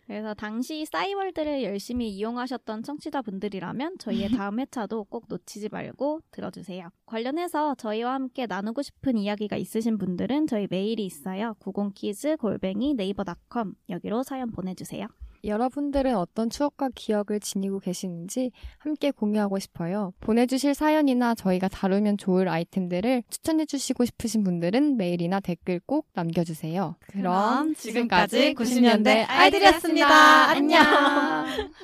Speaker 1: 그래서 당시 싸이월드를 열심히 이용하셨던 청취자분들이라면 저희의 다음 회차도 꼭 놓치지 말고 들어주세요. 관련해서 저희와 함께 나누고 싶은 이야기가 있으신 분들은 저희 메일이 있어요. 90kids 골뱅이 네이버.com 여기로 사연 보내주세요.
Speaker 3: 여러분들은 어떤 추억과 기억을 지니고 계시는지 함께 공유하고 싶어요. 보내주실 사연이나 저희가 다루면 좋을 아이템들을 추천해주시고 싶으신 분들은 메일이나 댓글 꼭 남겨주세요. 그럼 지금까지 90년대 아이들이었습니다. 안녕!